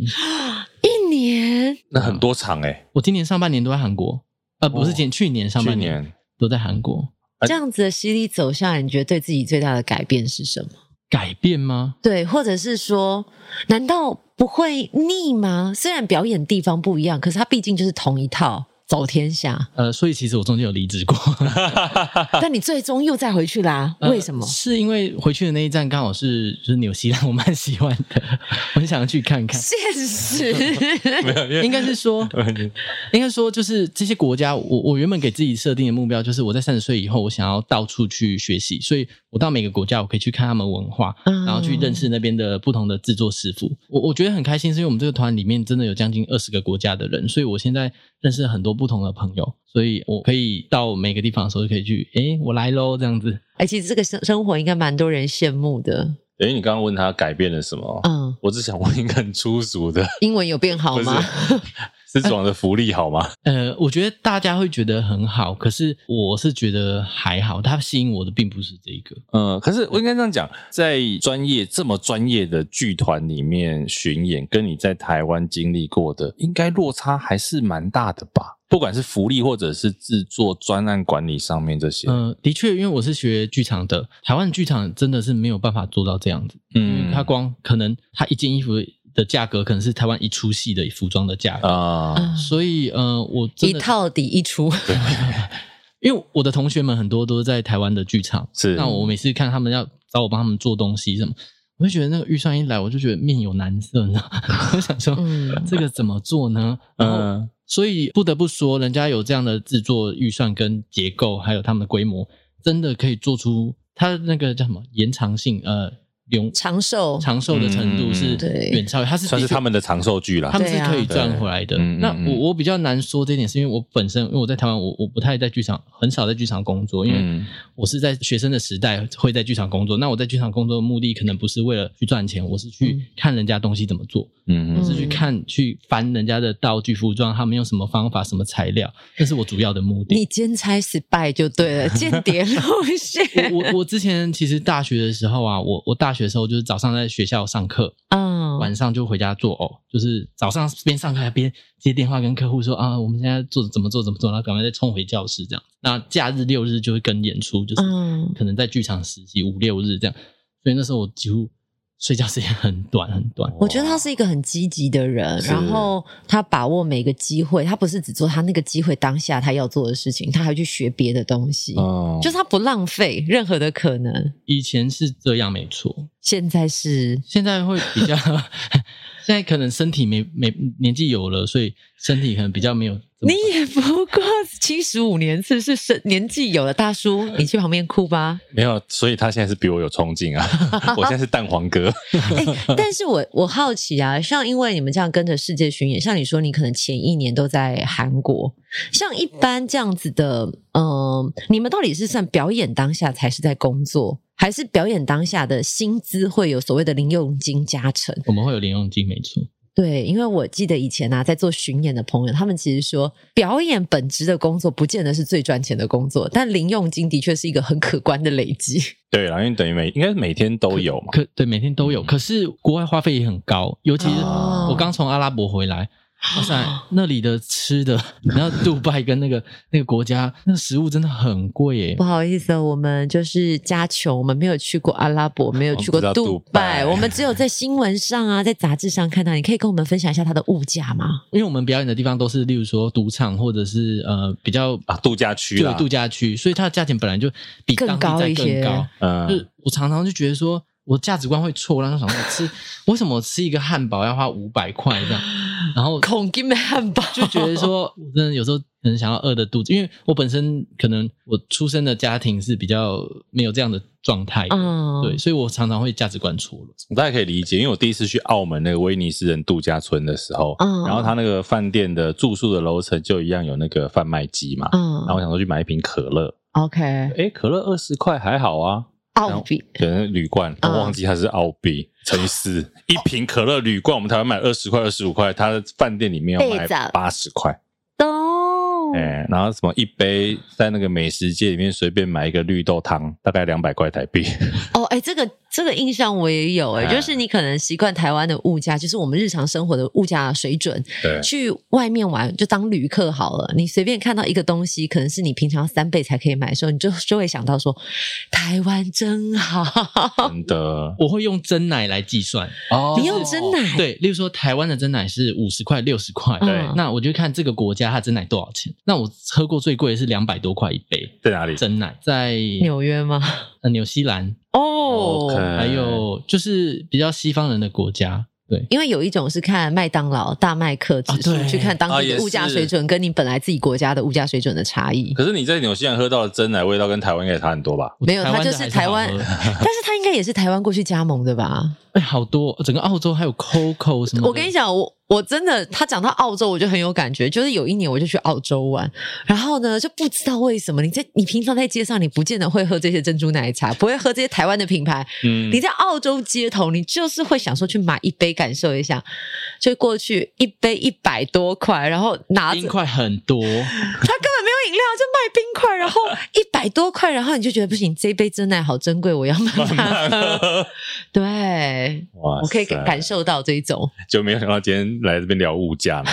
一年那很多场哎、我今年上半年都在韩国，呃，不是今年，去年上去半年 都在韩国。这样子的犀利走向，你觉得对自己最大的改变是什么？改变吗？对，或者是说，难道不会腻吗？虽然表演地方不一样，可是它毕竟就是同一套，走天 下，呃，所以其实我中间有离职过，但你最终又再回去啦，呃为什么？是因为回去的那一站刚好是就是纽西兰，我蛮喜欢的， 我很想要去看看。现实没有，因为应该是 说，应该说就是这些国家，我我原本给自己设定的目标就是我在三十岁以后，我想要到处去学习，所以我到每个国家，我可以去看他们文化，嗯 然后去认识那边的不同的制作师傅。我我觉得很开心，是因为我们这个团里面真的有将近二十个国家的人，所以我现在认识了很多不同的朋友，所以我可以到每个地方的时候就可以去，诶，我来喽这样子。哎、其实这个生生活应该蛮多人羡慕的。哎，你刚刚问他改变了什么？嗯，我只想问一个很粗俗的，英文有变好不是吗？ 狮子王的福利好吗？呃，我觉得大家会觉得很好，可是我是觉得还好，它吸引我的并不是这一个。嗯，可是我应该这样讲，在专业这么专业的剧团里面巡演，跟你在台湾经历过的，应该落差还是蛮大的吧？不管是福利或者是制作专案管理上面这些，嗯，的确，因为我是学剧场的，台湾剧场真的是没有办法做到这样子。嗯，它光可能它一件衣服的价格，可能是台湾一出戏的服装的价格。啊、嗯所以，呃，我真一的，啊套抵一出，因为我的同学们很多都是在台湾的剧场，是那我每次看他们要找我帮他们做东西什么，我就觉得那个预算一来，我就觉得面有难色，你知道吗？ 我想说，嗯这个怎么做呢？然后嗯所以不得不说，人家有这样的制作预算跟结构，还有他们的规模，真的可以做出它那个叫什么延长性，呃，永长寿，长寿的程度是嗯对远超越，它是算是的确他们的长寿剧啦他。们是对啊可以赚回来的。对嗯那嗯嗯我我比较难说这一点，是因为我本身因为我在台湾，我我不太在剧场，很少在剧场工作，因为嗯我是在学生的时代会在剧场工作。那我在剧场工作的目的可能不是为了去赚钱，我是嗯去看人家东西怎么做，嗯是嗯去看去翻人家的道具、服装，他们用什么方法、什么材料，这是我主要的目你的。兼差失败就 对了，间谍路线，我我我之前其实大学的时候啊，我我大学的时候就是早上在学校上课，嗯，晚上就回家做偶，就是早上边上课还边接电话跟客户说啊，我们现在做怎么做怎么做，然后赶快再冲回教室这样。那假日六日就会跟演出，就是嗯可能在剧场实习五六日这样，所以那时候我几乎睡觉时间很短很短。我觉得他是一个很积极的人，是然后他把握每个机会，他不是只做他那个机会当下他要做的事情，他还去学别的东西，哦嗯就是他不浪费任何的可能。以前是这样没错，现在是现在会比较， 现在可能身体没没年纪有了，所以身体可能比较没有这么。你也不过七十五年，是不是是年纪有了大叔，你去旁边哭吧。没有，所以他现在是比我有冲劲啊！我现在是蛋黄哥， 哎、但是我我好奇啊，像因为你们这样跟着世界巡演，像你说你可能前一年都在韩国，像一般这样子的，嗯、你们到底是算表演当下才是在工作，还是表演当下的薪资会有所谓的零用金加成？我们会有零用金，没错。对，因为我记得以前啊，在做巡演的朋友，他们其实说，表演本职的工作不见得是最赚钱的工作，但零用金的确是一个很可观的累积。 对啦，因为等于每应该是每天都有嘛，可对，每天都有。嗯可是国外花费也很高，尤其是哦我刚从阿拉伯回来，哇塞，那里的吃的， 然后杜拜跟那个那个国家，那个食物真的很贵耶不。好意思哦，我们就是家穷，我们没有去过阿拉伯，没有去过我不知道杜杜拜，拜我们只有在新闻上啊，在杂志上看到。你可以跟我们分享一下它的物价吗？因为我们表演的地方都是，例如说赌场或者是呃比较啊，度假区对啦，度假区，所以它的价钱本来就比更当地高再一些更高。就嗯是我常常就觉得说，我价值观会错乱，然后想说吃为什么我吃一个汉堡要花五百块这样，然后孔金汉堡就觉得说，我真的有时候可能想要饿的肚子，因为我本身可能我出生的家庭是比较没有这样的状态的，嗯对，所以我常常会价值观错乱。我大概可以理解，因为我第一次去澳门那个威尼斯人度假村的时候，嗯然后他那个饭店的住宿的楼层就一样有那个贩卖机嘛，嗯然后我想说去买一瓶可乐， ，OK，诶，可乐二十块还好啊，澳币可能铝罐，我嗯忘记它是澳币乘以四，一瓶可乐铝罐我们台湾买二十块二十五块，他的饭店里面要倍买涨八十块，懂哎，然后什么一杯 在那个美食街里面随便买一个绿豆汤，大概两百块台币，哦，哎，这个这个印象我也有哎、哎嗯就是你可能习惯台湾的物价，就是我们日常生活的物价水准，对去外面玩就当旅客好了。你随便看到一个东西，可能是你平常三倍才可以买的时候，你就就会想到说，台湾真好。 真的我会用真奶来计算，哦你用真奶，对，例如说台湾的真奶是五十块、六十块，嗯那我就看这个国家它真奶多少钱。那我喝过最贵的是两百多块一杯在哪里？真奶，在 纽约吗？呃纽西兰，哦 OK 还哎有就是比较西方人的国家，对，因为有一种是看麦当劳、大麦克指数，啊对去看当啊地也的是物价水准跟你本来自己国家的物价水准的差异。可是你在纽西兰喝到的真奶味道跟台湾应该也差很多 吧？ 没有，台湾它就的还是台湾，好喝但是它应该也是台湾过去加盟的吧？哎，好多，整个澳洲还有嗯 Coco 什么的，我跟你讲，我我真的，他讲到澳洲，我就很有感觉。就是有一年我就去澳洲玩，然后呢，就不知道为什么，你在你平常在街上，你不见得会喝这些珍珠奶茶，不会喝这些台湾的品牌。嗯你在澳洲街头，你就是会想说去买一杯感受一下，就过去一杯一百多块，然后拿嗯着冰块很多，他根本没有饮料，就卖冰块，然后一百多块，然后你就觉得不行，这一杯真奶好珍贵，我要慢慢 喝。对，哇我可以塞感受到这一种。就没有想到今天来这边聊物价嘛。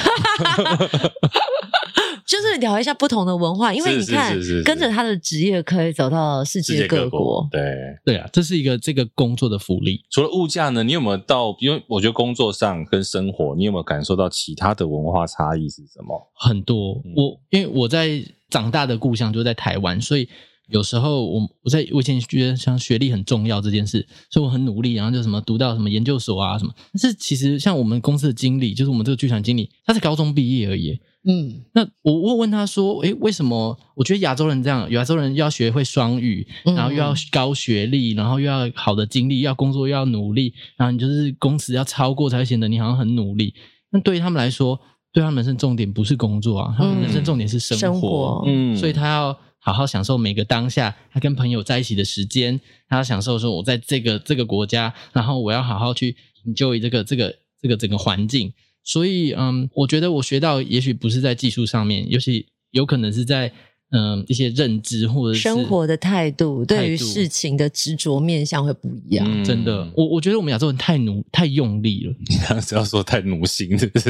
就是聊一下不同的文 化，因为是你是看，是是是跟着他的职业可以走到世世界界各各国对，对啊，这是一个这个工作的福利。除了物价呢，你有没有到？因为我觉得工作上跟生活，你有没有感受到其他的文化差异是什么？很多嗯。我因为我在长大的故乡就在台湾，所以有时候我我在我以前觉得像学历很重要这件事，所以我很努力，然后就什么读到什么研究所啊什么。但是其实像我们公司的经理，就是我们这个剧团经理，他才高中毕业而已。嗯，那我我问他说，诶，为什么？我觉得亚洲人这样，亚洲人要学会双语，嗯然后又要高学历，然后又要好的经历，要工作又要努力，然后你就是工时要超过才会显得你好像很努力。那对于他们来说，对他们人生重点不是工作啊，他们人生重点是生生活，活，嗯所以他要好好享受每个当下，他跟朋友在一起的时间，他要享受说我在这个这个国家，然后我要好好去 enjoy 这个这个这个整个环境。所以，嗯，我觉得我学到也许不是在技术上面，尤其有可能是在嗯一些认知或者是生活的态度对于态度事情的执着面向会不一样。嗯真的，我我觉得我们亚洲人太努太用力 了，你刚刚是要说太奴性， 是不 是？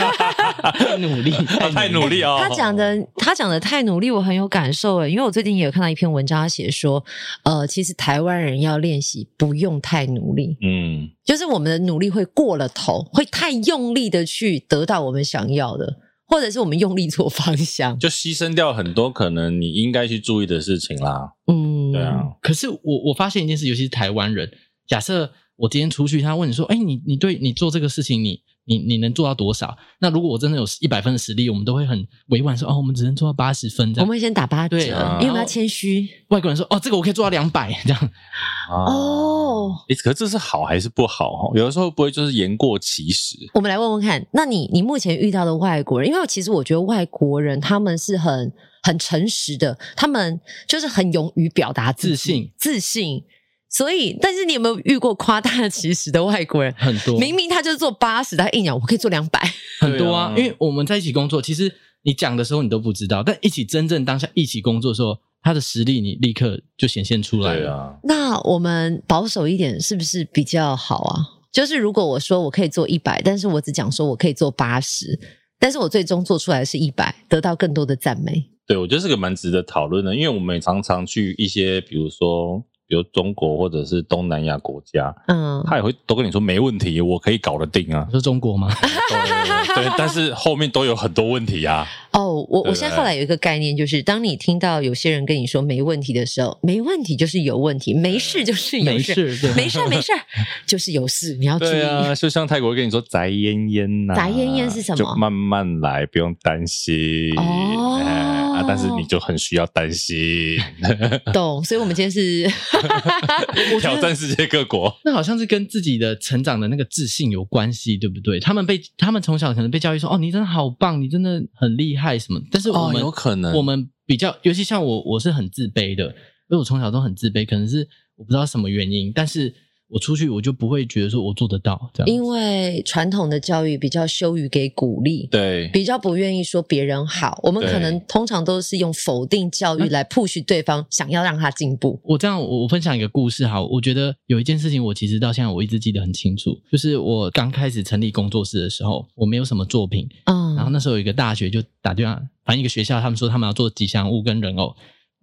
太努力，啊太努力哦。他讲的，他讲的太努力，我很有感受欸诶，因为我最近也有看到一篇文章，他写说，呃，其实台湾人要练习不用太努力，嗯，就是我们的努力会过了头，会太用力的去得到我们想要的，或者是我们用力做方向。就牺牲掉很多可能你应该去注意的事情啦。嗯，对啊，可是我我发现一件事，尤其是台湾人，假设我今天出去，他问你说：“哎、你你对你做这个事情，你你你能做到多少？”那如果我真的有一百分的实力，我们都会很委婉说：“哦，我们只能做到八十分。”这我样，们会先打八折，对啊因为我们要谦虚。外国人说：“哦，这个我可以做到两百。”这样， 哦啊诶，可是这是好还是不好？哦，有的时候会不会就是言过其实。我们来问问看，那你你目前遇到的外国人，因为其实我觉得外国人他们是很很诚实的，他们就是很勇于表达自己自信，自信。所以，但是你有没有遇过夸大其词的外国人？很多明明他就是做八十，他硬讲我可以做两百。很多啊，对啊因为我们在一起工作，其实你讲的时候你都不知道，但一起真正当下一起工作的时候，他的实力你立刻就显现出来对了。啊， 那我们保守一点，是不是比较好啊？就是如果我说我可以做一百，但是我只讲说我可以做八十，但是我最终做出来是一百，得到更多的赞美。对我觉得是个蛮值得讨论的，因为我们也常常去一些，比如说，比如中国或者是东南亚国家，嗯，他也会都跟你说没问题，我可以搞得定 啊你。说中国 吗？对，但是后面都有很多问题啊。哦，我对我现在后来有一个概念，就是当你听到有些人跟你说没问题的时候，没问题就是有问题，没事就是有 没事，事，对，没事没事就是有事，你哦要注对意。啊，就像泰国会跟你说宅烟烟呐，啊宅烟烟是什么就慢慢来，不用担心。哦哎啊，但是你就很需要担心，懂，所以我们今天是挑战世界各国。那好像是跟自己的成长的那个自信有关系，对不对？他们被他们从小可能被教育说，哦，你真的好棒，你真的很厉害什么。但是我们、哦可能我们比较，尤其像我，我是很自卑的，因为我从小都很自卑，可能是我不知道什么原因，但是我出去我就不会觉得说我做得到这样子。因为传统的教育比较羞于给鼓励，对，比较不愿意说别人好。我们对可能通常都是用否定教育来 push 对方，想要让他进步。我这样，我我分享一个故事哈。我觉得有一件事情，我其实到现在我一直记得很清楚，就是我刚开始成立工作室的时候，我没有什么作品，嗯，然后那时候有一个大学就打电话，反正一个学校他们说他们要做吉祥物跟人偶。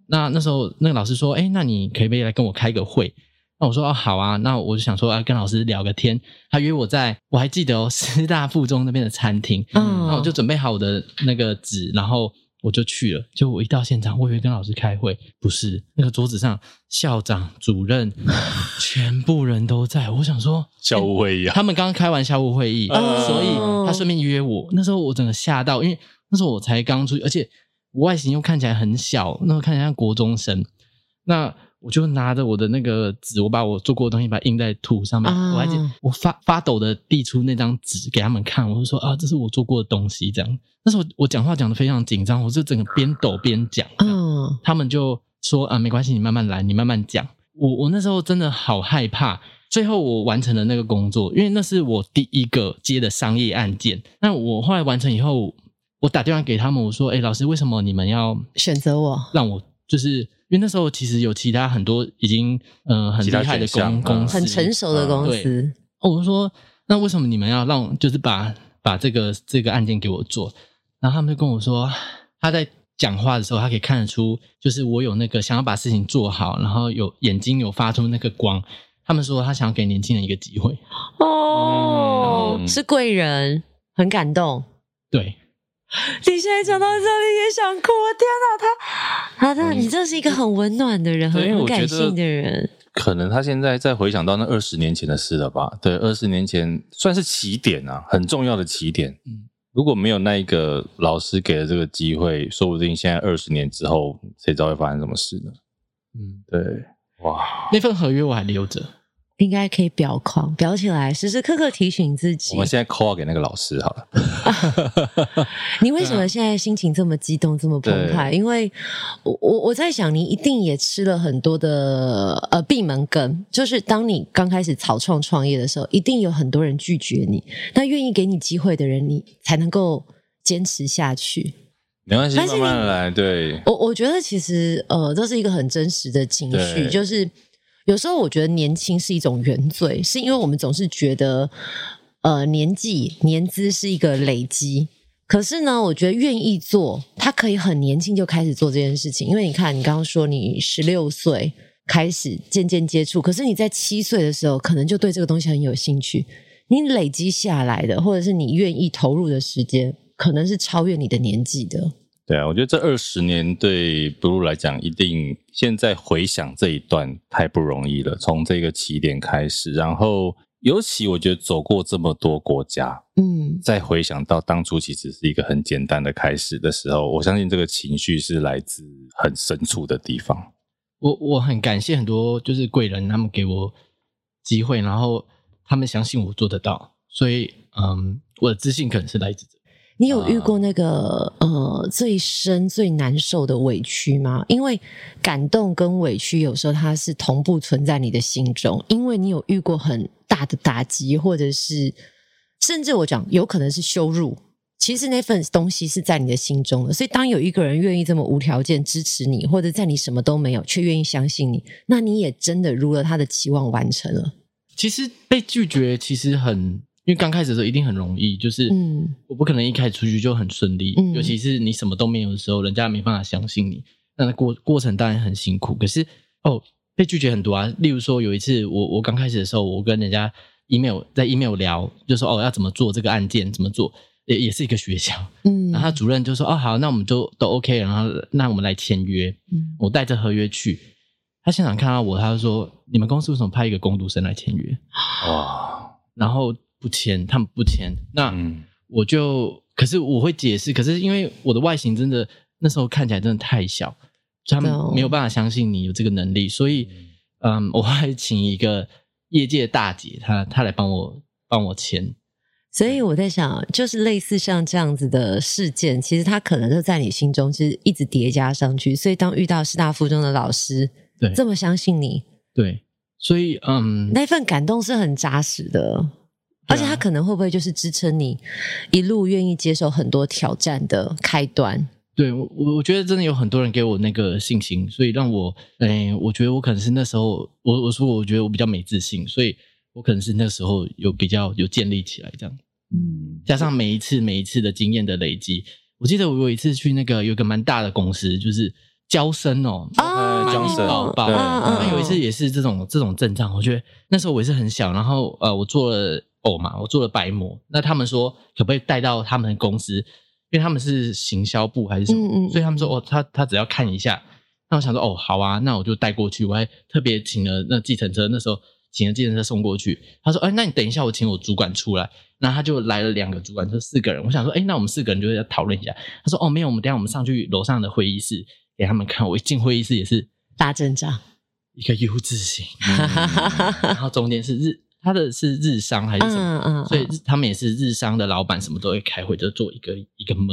那那时候那个老师说，哎，那你可不可以来跟我开个会？那我说哦好啊，那我就想说啊跟老师聊个天。他约我在，我还记得哦， 师大附中那边的餐厅。嗯，那我就准备好我的那个纸，然后我就去了。就我一到现场，我以为跟老师开会，不是那个桌子上校长、主任， 全部人都在。我想说，校务会议啊，他们刚刚开完校务 会议，嗯哦所以他顺便约我。那时候我整个吓到，因为那时候我才刚出去，而且我外形又看起来很小，那时候看起来像国中生。那我就拿着我的那个纸，我把我做过的东西把它印在图上面。啊我还记我发发抖的递出那张纸给他们看，我就说啊，这是我做过的东西。这样，那时候我讲话讲的非常紧张，我就整个边抖边讲。这样嗯他们就说啊，没关系，你慢慢来，你慢慢讲。我我那时候真的好害怕。最后我完成了那个工作，因为那是我第一个接的商业案件。那我后来完成以后，我打电话给他们，我说：“哎、老师，为什么你们要选择我，让我？就是因为那时候其实有其他很多已经呃很其厉他害的选项公公嗯司很成熟的公司，哦我就说那为什么你们要让就是把把这个这个案件给我做？然后他们就跟我说，他在讲话的时候，他可以看得出，就是我有那个想要把事情做好，然后有眼睛有发出那个光。他们说他想要给年轻人一个机会，哦，嗯是贵人，很感动。对，你现在讲到这里也想哭，天哪，他，他的，嗯你真是一个很温暖的人，很对，因为很我觉感得性的人。可能他现在再回想到那二十年前的事了吧？对，二十年前算是起点啊，很重要的起点。嗯如果没有那一个老师给的这个机会，说不定现在二十年之后，谁知道会发生什么事呢？嗯，对，哇，那份合约我还留着。应该可以表框表起来，时时刻刻提醒自己我们。现在 call out 给那个老师好了。你为什么现在心情这么激动，这么澎湃？因为我我我在想，你一定也吃了很多的呃闭门羹，就是当你刚开始草创创业的时候，一定有很多人拒绝你，那愿意给你机会的人，你才能够坚持下去。没关系，但是慢你慢来。对，我我觉得其实呃，这是一个很真实的情绪，对就是有时候我觉得年轻是一种原罪，是因为我们总是觉得呃年纪年资是一个累积。可是呢，我觉得愿意做，他可以很年轻就开始做这件事情，因为你看，你刚刚说你十六岁开始渐渐接触，可是你在七岁的时候，可能就对这个东西很有兴趣。你累积下来的，或者是你愿意投入的时间，可能是超越你的年纪的。对啊，我觉得这二十年对 Blue 来讲，一定现在回想这一段太不容易了。从这个起点开始，然后尤其我觉得走过这么多国家，嗯，再回想到当初其实是一个很简单的开始的时候，我相信这个情绪是来自很深处的地方。我我很感谢很多就是贵人，他们给我机会，然后他们相信我做得到，所以嗯，我的自信可能是来自这。你有遇过那个、呃最深最难受的委屈吗？因为感动跟委屈有时候它是同步存在你的心中，因为你有遇过很大的打击，或者是甚至我讲有可能是羞辱。其实那份东西是在你的心中的，所以当有一个人愿意这么无条件支持你，或者在你什么都没有却愿意相信你，那你也真的如了他的期望完成了。其实被拒绝其实很，因为刚开始的时候一定很容易，就是嗯我不可能一开始出去就很顺利，嗯尤其是你什么都没有的时候，人家没办法相信你，那过过程当然很辛苦。可是哦，被拒绝很多啊，例如说有一次我我刚开始的时候，我跟人家 email 在 email 聊，就说哦要怎么做这个案件，怎么做，也也是一个学校，嗯，然后他主任就说：“哦，好，那我们就都 OK，然后那我们来签约。嗯”我带着合约去，他现场看到我，他就说：“你们公司为什么派一个工读生来签约哇，？”然后不签，他们不签。那 嗯，我就，可是我会解释，可是因为我的外形真的那时候看起来真的太小，他们懂没有办法相信你有这个能力，所以，嗯，我还请一个业界大姐，她她来帮我帮我签。所以我在想，就是类似像这样子的事件，其实它可能就在你心中，就是一直叠加上去。所以当遇到师大附中的老师对这么相信你，对，所以嗯，那份感动是很扎实啊的，而且它可能会不会就是支撑你一路愿意接受很多挑战的开端？对我我我觉得真的有很多人给我那个信心，所以让我哎、我觉得我可能是那时候我我说我觉得我比较没自信，所以我可能是那时候有比较有建立起来这样。嗯，加上每一次每一次的经验的累积。我记得我有一次去那个有一个蛮大的公司，就是交生哦，哦蛮，Johnson，宝宝。对嗯那有一次也是这种这种阵仗，我觉得那时候我也是很小，然后呃，我做了偶嘛，我做了白模，那他们说可不可以带到他们的公司，因为他们是行销部还是什么，嗯嗯所以他们说哦，他他只要看一下。那我想说哦，好啊，那我就带过去，我还特别请了那计程车，那时候请了计程车送过去。他说，哎，那你等一下，我请我主管出来。那他就来了两个主管，就四个人。我想说，哎，那我们四个人就是要讨论一下。他说，哦，没有，我们等一下我们上去楼上的会议室给他们看。我一进会议室也是大阵仗，一个 U 字形，然嗯后中间是日，他的是日商还是什么？嗯所以日他们也是日商的老板，什么都会开会，就做一个一个么，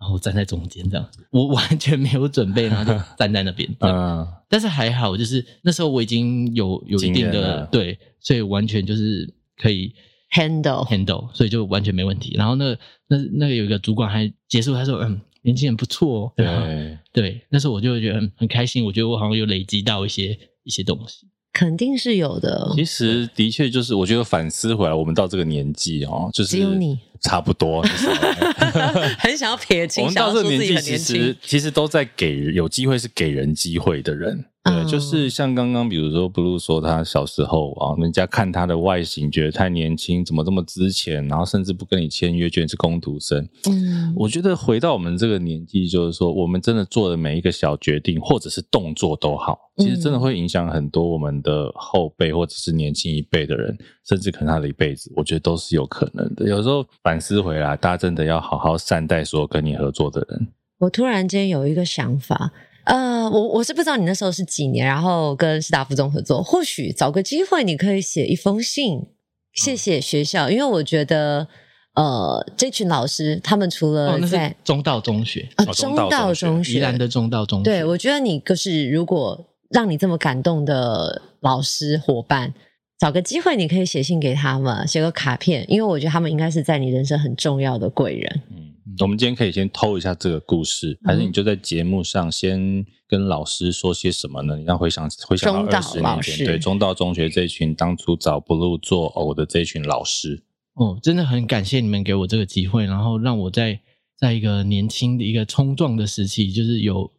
然后站在中间这样。我 完全没有准备，然后 就站在那边。这样嗯，但是还好，就是那时候我已经有有一经验定的了对，所以完全就是可以 Handle handle，所以就完全没问题。然后那那那个有一个主管还结束，他说：“嗯，年轻人不错哦。”然后对， 对，那时候我就觉得很很开心，我觉得我好像有累积到一些一些东西。肯定是有的。其实的确就是，我觉得反思回来，我们到这个年纪哦，就是只有你差不多，你少 来 很想要撇我清，们想到这要说个自年己纪，很其年轻实。其实都在给有机会是给人机会的人。对，嗯就是像刚刚，比如说 blue 说他小时候啊，人家看他的外形觉得太年轻，怎么这么值钱，然后甚至不跟你签约，觉得你是工读生。嗯，我觉得回到我们这个年纪，就是说，我们真的做的每一个小决定，或者是动作都好，其实真嗯的会影响很多我们的后辈，或者是年轻一辈的人，甚至可能他的一辈子，我觉得都是有可能的。有时候反思回来，大家真的要好好善待所有跟你合作的人。我突然间有一个想法，呃，我我是不知道你那时候是几年，然后跟师大附中合作，或许找个机会你可以写一封信，嗯谢谢学校，因为我觉得，呃，这群老师他们除哦，了那呃在、是中道中学，呃哦中中道道中学中宜学兰的中道中学。对，我觉得你就是如果让你这么感动的老师伙伴，找个机会你可以写信给他们，写个卡片，因为我觉得他们应该是在你人生很重要的贵人。嗯，我们今天可以先偷一下这个故事，还是嗯你就在节目上先跟老师说些什么呢？你让回想回想中到道二十老年师前，对中道中学这群当初找 blue 做偶的这群老师，哦，真的很感谢你们给我这个机会，然后让我在在一个年轻的一个冲撞的时期，就是有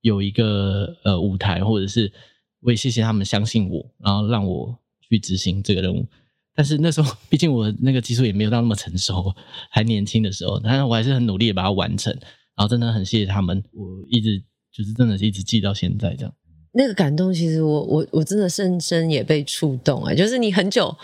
有一个呃舞台，或者是我也谢谢他们相信我，然后让我去执行这个任务。但是那时候， 毕竟我那个技术也没有到那么成熟，还年轻的时候，但是我还是很努力的把它完成。然后真的很谢谢他们，我一直就是真的是一直记到现在这样。那个感动，其实我我我真的深深也被触动哎、就是你很久，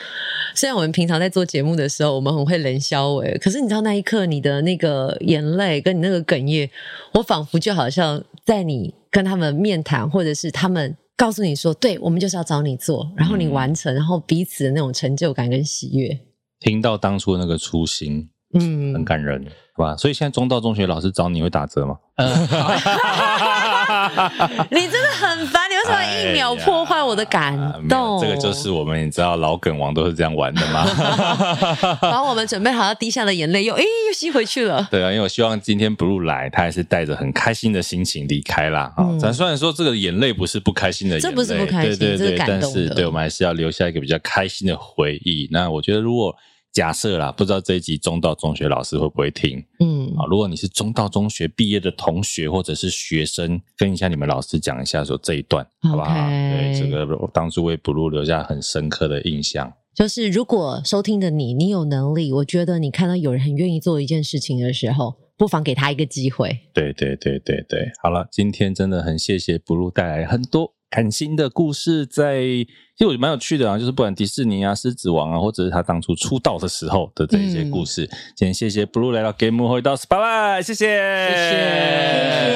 虽然我们平常在做节目的时候，我们很会冷笑哎、可是你知道那一刻你的那个眼泪跟你那个哽咽，我仿佛就好像在你跟他们面谈，或者是他们告诉你说，对我们就是要找你做，然嗯后你完成，然后彼此的那种成就感跟喜悦，听到当初那个初心，嗯，很感人，是吧？所以现在中道中学老师找你会打 折吗？呃，好你真的很烦，你为什么一秒破坏我的感哎呀没有动？这个就是我们，你知道老梗王都是这样玩的吗？ 把我们准备好要滴下的眼泪又诶又吸回去了。对啊，因为我希望今天 Blue 来，他还是带着很开心的心情离开啦。啊、嗯咱、虽然说这个眼泪不是不开心的眼泪，这不是不开心对这对是对，感但动的是对我们还是要留下一个比较开心的回忆。那我觉得，如果假设啦，不知道这一集中道中学老师会不会听嗯啊？如果你是中道中学毕业的同学或者是学生，跟一下你们老师讲一下说这一段好不好 OK 对，这个我当初为 Blue 留下很深刻的印象。就是如果收听的你，你有能力，我觉得你看到有人很愿意做一件事情的时候，不妨给他一个机会。对对对对对，好了，今天真的很谢谢 Blue 带来很多感性的故事在，其实我觉得蛮有趣的啊，就是不管迪士尼啊、狮子王啊，或者是他当初出道的时候的这一些故事。今天谢谢 Blue 来到 Game 会到 s p a 谢谢，谢谢